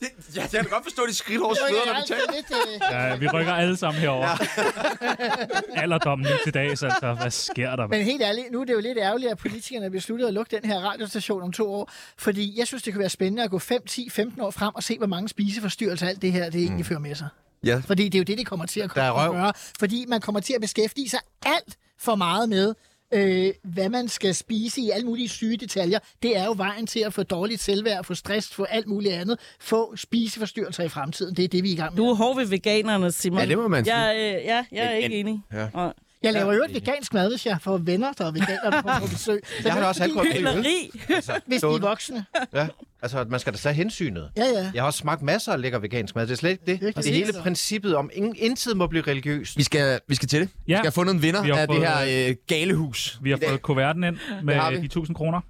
[SPEAKER 8] Det- Ja, jeg kan godt forstå, at de skridt over
[SPEAKER 3] Det
[SPEAKER 8] sveder, når
[SPEAKER 3] er
[SPEAKER 8] du taler.
[SPEAKER 3] altid lidt, øh,
[SPEAKER 2] Ja, vi rykker alle sammen herover. Ja. *laughs* Alderdommen lige til dags, altså. Hvad sker der?
[SPEAKER 3] Men helt ærligt, nu er det jo lidt ærgerligt, at politikerne har besluttet at lukke den her radiostation om to år, fordi jeg synes, det kunne være spændende at gå 5, 10, 15 år frem og se, hvor mange spiseforstyrrelser alt det her, det egentlig fører med sig.
[SPEAKER 8] Ja.
[SPEAKER 3] Fordi det er jo det, det kommer til at
[SPEAKER 5] Mm. Der er
[SPEAKER 3] komme
[SPEAKER 5] røv.
[SPEAKER 3] at gøre. Fordi man kommer til at beskæftige sig alt for meget med, øh, hvad man skal spise i alle mulige syge detaljer. Det er jo vejen til at få dårligt selvværd, få stress, få alt muligt andet, få spiseforstyrrelser i fremtiden. Det er det, vi er i gang med.
[SPEAKER 4] Du er hård ved veganerne, Simon.
[SPEAKER 8] Ja, det må man sige.
[SPEAKER 4] Jeg, øh, ja, jeg er
[SPEAKER 8] Men-
[SPEAKER 4] ikke
[SPEAKER 8] en-
[SPEAKER 4] enig.
[SPEAKER 8] Ja.
[SPEAKER 4] Og
[SPEAKER 3] Jeg laver jo et vegansk mad, hvis jeg får venner, der er veganer, der kommer på besøg. Så
[SPEAKER 5] Jeg har da også
[SPEAKER 3] fordi-
[SPEAKER 5] alkohol.
[SPEAKER 4] Hyggeleri.
[SPEAKER 5] Altså,
[SPEAKER 3] Hvis de er
[SPEAKER 5] stående.
[SPEAKER 3] voksne.
[SPEAKER 5] Ja, altså at man skal da tage hensynet.
[SPEAKER 3] Ja, ja.
[SPEAKER 5] Jeg har også smagt masser af lækker vegansk mad, det er slet ikke det. Altså,
[SPEAKER 3] Det er
[SPEAKER 5] Det,
[SPEAKER 3] ikke
[SPEAKER 5] det er hele
[SPEAKER 3] det.
[SPEAKER 5] princippet om, ingen, intet må blive religiøst.
[SPEAKER 8] Vi skal, vi skal til det. Vi
[SPEAKER 2] Ja.
[SPEAKER 8] skal have fundet en vinder
[SPEAKER 2] Vi har
[SPEAKER 8] af det
[SPEAKER 2] fået-
[SPEAKER 8] her øh, galehus.
[SPEAKER 2] Vi har
[SPEAKER 8] i dag.
[SPEAKER 2] fået kuverten ind
[SPEAKER 8] har vi.
[SPEAKER 2] med de 1000 kroner.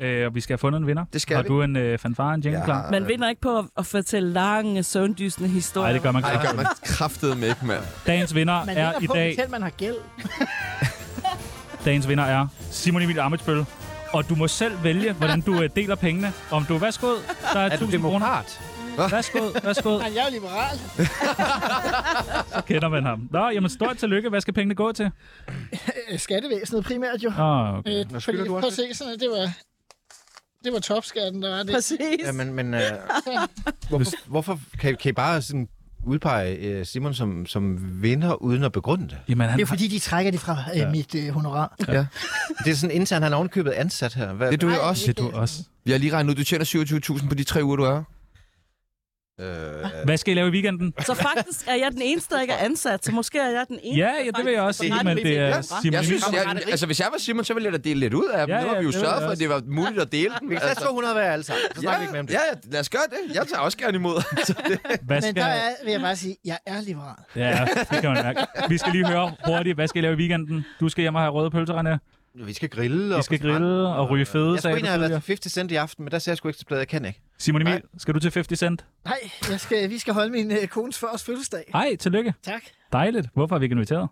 [SPEAKER 8] Ja.
[SPEAKER 2] Øh, og vi skal have fundet en vinder.
[SPEAKER 8] Det skal
[SPEAKER 2] har
[SPEAKER 8] vi.
[SPEAKER 2] du en øh, fanfare, en jingle
[SPEAKER 8] Ja.
[SPEAKER 2] klar?
[SPEAKER 4] Man vinder ikke på at, at fortælle lange, søvndysende historier.
[SPEAKER 2] Nej, det gør man
[SPEAKER 8] Nej, det gør
[SPEAKER 2] ikke.
[SPEAKER 8] man kraftedeme ikke, mand.
[SPEAKER 2] Dagens vinder
[SPEAKER 3] Man
[SPEAKER 2] er
[SPEAKER 3] vinder
[SPEAKER 2] i
[SPEAKER 3] på,
[SPEAKER 2] dag...
[SPEAKER 3] selv man har gæld.
[SPEAKER 2] Dagens vinder er Simon Emil Amitsbøl. Og du må selv vælge, hvordan du øh, deler pengene. Om du er værsgod, der er,
[SPEAKER 5] Er du
[SPEAKER 2] 1000 kroner.
[SPEAKER 5] demokrat?
[SPEAKER 2] Værsgod, værsgod,
[SPEAKER 3] Men jeg er liberal.
[SPEAKER 2] så kender man ham. Nå, jamen stort tillykke. Hvad skal pengene gå til?
[SPEAKER 3] Øh, Skattevæsenet primært jo.
[SPEAKER 2] Åh, oh, okay.
[SPEAKER 3] Øh,
[SPEAKER 5] Nå, skylder
[SPEAKER 3] fordi,
[SPEAKER 5] du
[SPEAKER 3] prøv
[SPEAKER 5] også
[SPEAKER 3] at se, sådan, at det var, det var topskatten, der var det.
[SPEAKER 4] Præcis.
[SPEAKER 5] Ja, men, men øh,
[SPEAKER 4] *laughs*
[SPEAKER 5] hvorfor, hvorfor kan, kan I bare sådan udpege øh, Simon som, som vinder uden at begrunde det?
[SPEAKER 2] Jamen, han,
[SPEAKER 3] Det er jo fordi, de trækker det fra øh, mit øh, honorar.
[SPEAKER 5] Det er sådan internt, han er ovenkøbet ansat her. Hvad,
[SPEAKER 8] Det er du jo
[SPEAKER 3] Nej,
[SPEAKER 8] også.
[SPEAKER 2] det er du også.
[SPEAKER 8] Vi har lige regnet ud, du tjener 27.000 på de tre uger, du er.
[SPEAKER 2] Hvad skal I lave i weekenden?
[SPEAKER 4] Så faktisk er jeg den eneste, der ikke er ansat, så måske er jeg den eneste.
[SPEAKER 2] Ja, ja, det vil jeg også sige, men det er Simon
[SPEAKER 8] Jeg synes,
[SPEAKER 2] Emil.
[SPEAKER 8] jeg, altså, hvis jeg var Simon, så ville jeg da dele lidt ud af dem.
[SPEAKER 2] Ja,
[SPEAKER 8] Ja, nu har
[SPEAKER 2] ja,
[SPEAKER 8] vi jo
[SPEAKER 2] det vil
[SPEAKER 8] sørget
[SPEAKER 2] jeg
[SPEAKER 8] for, at det var muligt at dele dem. Altså,
[SPEAKER 5] Vi kan tage 200 hver alle sammen, så snakker vi ikke mere om det.
[SPEAKER 8] ja, ja, lad os gøre det. Jeg tager også gerne imod. Altså, *laughs* det.
[SPEAKER 2] Hvad
[SPEAKER 3] Men
[SPEAKER 2] skal...
[SPEAKER 3] der er, vil jeg bare sige, jeg er liberal.
[SPEAKER 2] Ja, det kan man mærke. Vi skal lige høre hurtigt, hvad skal I lave i weekenden? Du skal hjem og have røde pølser, René.
[SPEAKER 5] Vi skal grille.
[SPEAKER 2] Vi skal grille og ryge fede,
[SPEAKER 5] Jeg skulle
[SPEAKER 2] sagde du
[SPEAKER 5] egentlig have
[SPEAKER 2] tidligere.
[SPEAKER 5] været 50 cent i aften, men der sagde jeg sgu ikke til bladet, jeg kan ikke.
[SPEAKER 2] Simon Emil, skal du til 50 Cent?
[SPEAKER 3] Nej, jeg skal, vi skal holde min øh, kones først fødselsdag.
[SPEAKER 2] Ej, tillykke.
[SPEAKER 3] Tak.
[SPEAKER 2] Dejligt. Hvorfor har vi ikke inviteret?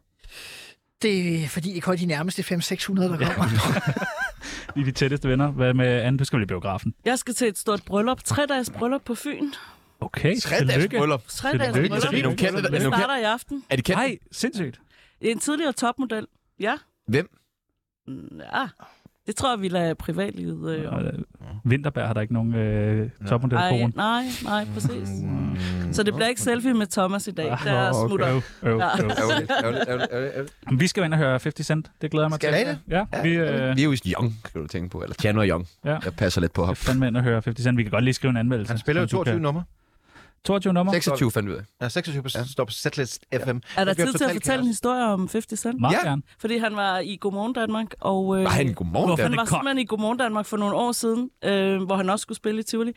[SPEAKER 3] Det er fordi, det er kun de nærmeste 5-600, der kommer.
[SPEAKER 2] Vi er de tætteste venner. Hvad med Anne? Du skal vel i biografen.
[SPEAKER 4] Jeg skal til et stort bryllup. Tre dages bryllup på Fyn.
[SPEAKER 2] Okay,
[SPEAKER 8] Tre
[SPEAKER 2] tillykke.
[SPEAKER 8] bryllup.
[SPEAKER 4] Tre dages
[SPEAKER 2] Tillykke,
[SPEAKER 4] bryllup.
[SPEAKER 8] tillykke. Er du kendt, eller- er du
[SPEAKER 4] Det starter i aften.
[SPEAKER 8] Er det kendt?
[SPEAKER 2] Nej, sindssygt.
[SPEAKER 4] En tidligere topmodel. Ja.
[SPEAKER 8] Hvem?
[SPEAKER 4] Mm, Ja. Det tror jeg, vi lader privatlivet øh, om.
[SPEAKER 2] Øh, Vinterberg har der ikke nogen øh, topmodel på
[SPEAKER 4] Ej, nej, nej, præcis. Så det bliver ikke selfie med Thomas i dag.
[SPEAKER 2] Ah,
[SPEAKER 4] Der smutter.
[SPEAKER 8] Ærgerligt, ærgerligt, ærgerligt, ærgerligt.
[SPEAKER 2] Vi skal ind og høre 50 Cent. Det glæder jeg mig
[SPEAKER 8] Skal
[SPEAKER 2] til.
[SPEAKER 8] vi det?
[SPEAKER 2] Ja, vi øh,
[SPEAKER 8] Vi er jo i Young, kan du tænke på. Eller Tjano og Young.
[SPEAKER 2] Ja.
[SPEAKER 8] Jeg passer lidt på ham.
[SPEAKER 2] skal fandme ind og høre 50 Cent. Vi kan godt lige skrive en anmeldelse.
[SPEAKER 5] Han spiller jo
[SPEAKER 2] som du
[SPEAKER 5] 22
[SPEAKER 2] kan-
[SPEAKER 5] nummer.
[SPEAKER 2] 22 nummer.
[SPEAKER 8] 26 fandt vi ud af.
[SPEAKER 5] Ja, 26 procent står på Setlist FM.
[SPEAKER 4] Er der tid
[SPEAKER 5] bliver
[SPEAKER 4] til at
[SPEAKER 5] totalt
[SPEAKER 4] fortælle en
[SPEAKER 5] kaos.
[SPEAKER 4] historie om 50 Cent?
[SPEAKER 2] Meget
[SPEAKER 8] Ja.
[SPEAKER 2] gerne.
[SPEAKER 4] Fordi han var i Godmorgen Danmark, og øh,
[SPEAKER 8] Var han godmorgen,
[SPEAKER 2] Hvorfor
[SPEAKER 8] Danmark?
[SPEAKER 4] han var
[SPEAKER 2] det kom?
[SPEAKER 4] simpelthen i Godmorgen Danmark for nogle år siden, øh, hvor han også skulle spille i Tivoli.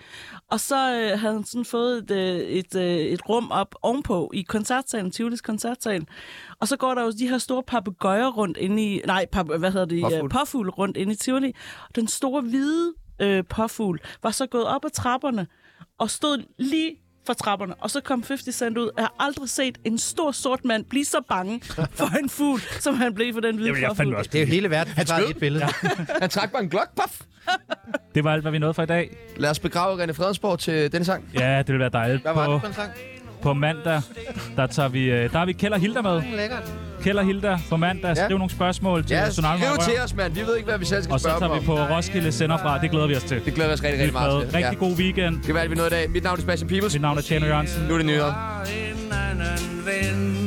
[SPEAKER 4] Og så øh, havde han sådan fået et, øh, et, øh, et rum op ovenpå i koncertsalen, Tivolis koncertsal. Og så går der jo de her store papegøjer rundt inde i... Nej, pap, hvad hedder det?
[SPEAKER 8] Påfugl.
[SPEAKER 4] Påfugl. Påfugl rundt inde i Tivoli. Og den store hvide øh, påfugl var så gået op ad trapperne og stod lige for trapperne, og så kom 50 Cent ud. Jeg har aldrig set en stor sort mand blive så bange for en fugl, som han blev for den hvide
[SPEAKER 2] Det vil jeg
[SPEAKER 4] påfugl.
[SPEAKER 2] fandme også.
[SPEAKER 5] Det er jo hele verden, han bare et billede.
[SPEAKER 8] Han trak bare en glok, puff.
[SPEAKER 2] Det var alt, hvad vi nåede for i dag.
[SPEAKER 8] Lad os begrave René Fredensborg til denne sang.
[SPEAKER 2] Ja, det vil være dejligt.
[SPEAKER 5] Hvad var
[SPEAKER 2] På,
[SPEAKER 5] det for en sang?
[SPEAKER 2] på mandag, der, tager vi, øh, der har vi Kjell og Hilda med.
[SPEAKER 5] Lækkert.
[SPEAKER 2] Keller Hilda på mandag. Ja. Skriv nogle spørgsmål til
[SPEAKER 1] Ja,
[SPEAKER 2] Tsunami
[SPEAKER 1] skriv
[SPEAKER 2] og Rør.
[SPEAKER 1] til os, mand. Vi ved ikke, hvad vi selv skal
[SPEAKER 2] Og så
[SPEAKER 1] spørge dem
[SPEAKER 2] tager vi
[SPEAKER 1] om.
[SPEAKER 2] på Roskilde sender fra. Det glæder vi os til.
[SPEAKER 1] Det glæder vi os rigtig,
[SPEAKER 2] Vi
[SPEAKER 1] rigtig
[SPEAKER 2] har
[SPEAKER 1] meget
[SPEAKER 2] fået
[SPEAKER 1] til.
[SPEAKER 2] rigtig god weekend.
[SPEAKER 1] Det kan være, at vi nåede i dag. Mit navn er Sebastian Pibels.
[SPEAKER 2] Mit navn er Tjerno Jørgensen.
[SPEAKER 1] Nu er det nyheder.
[SPEAKER 9] har en anden ven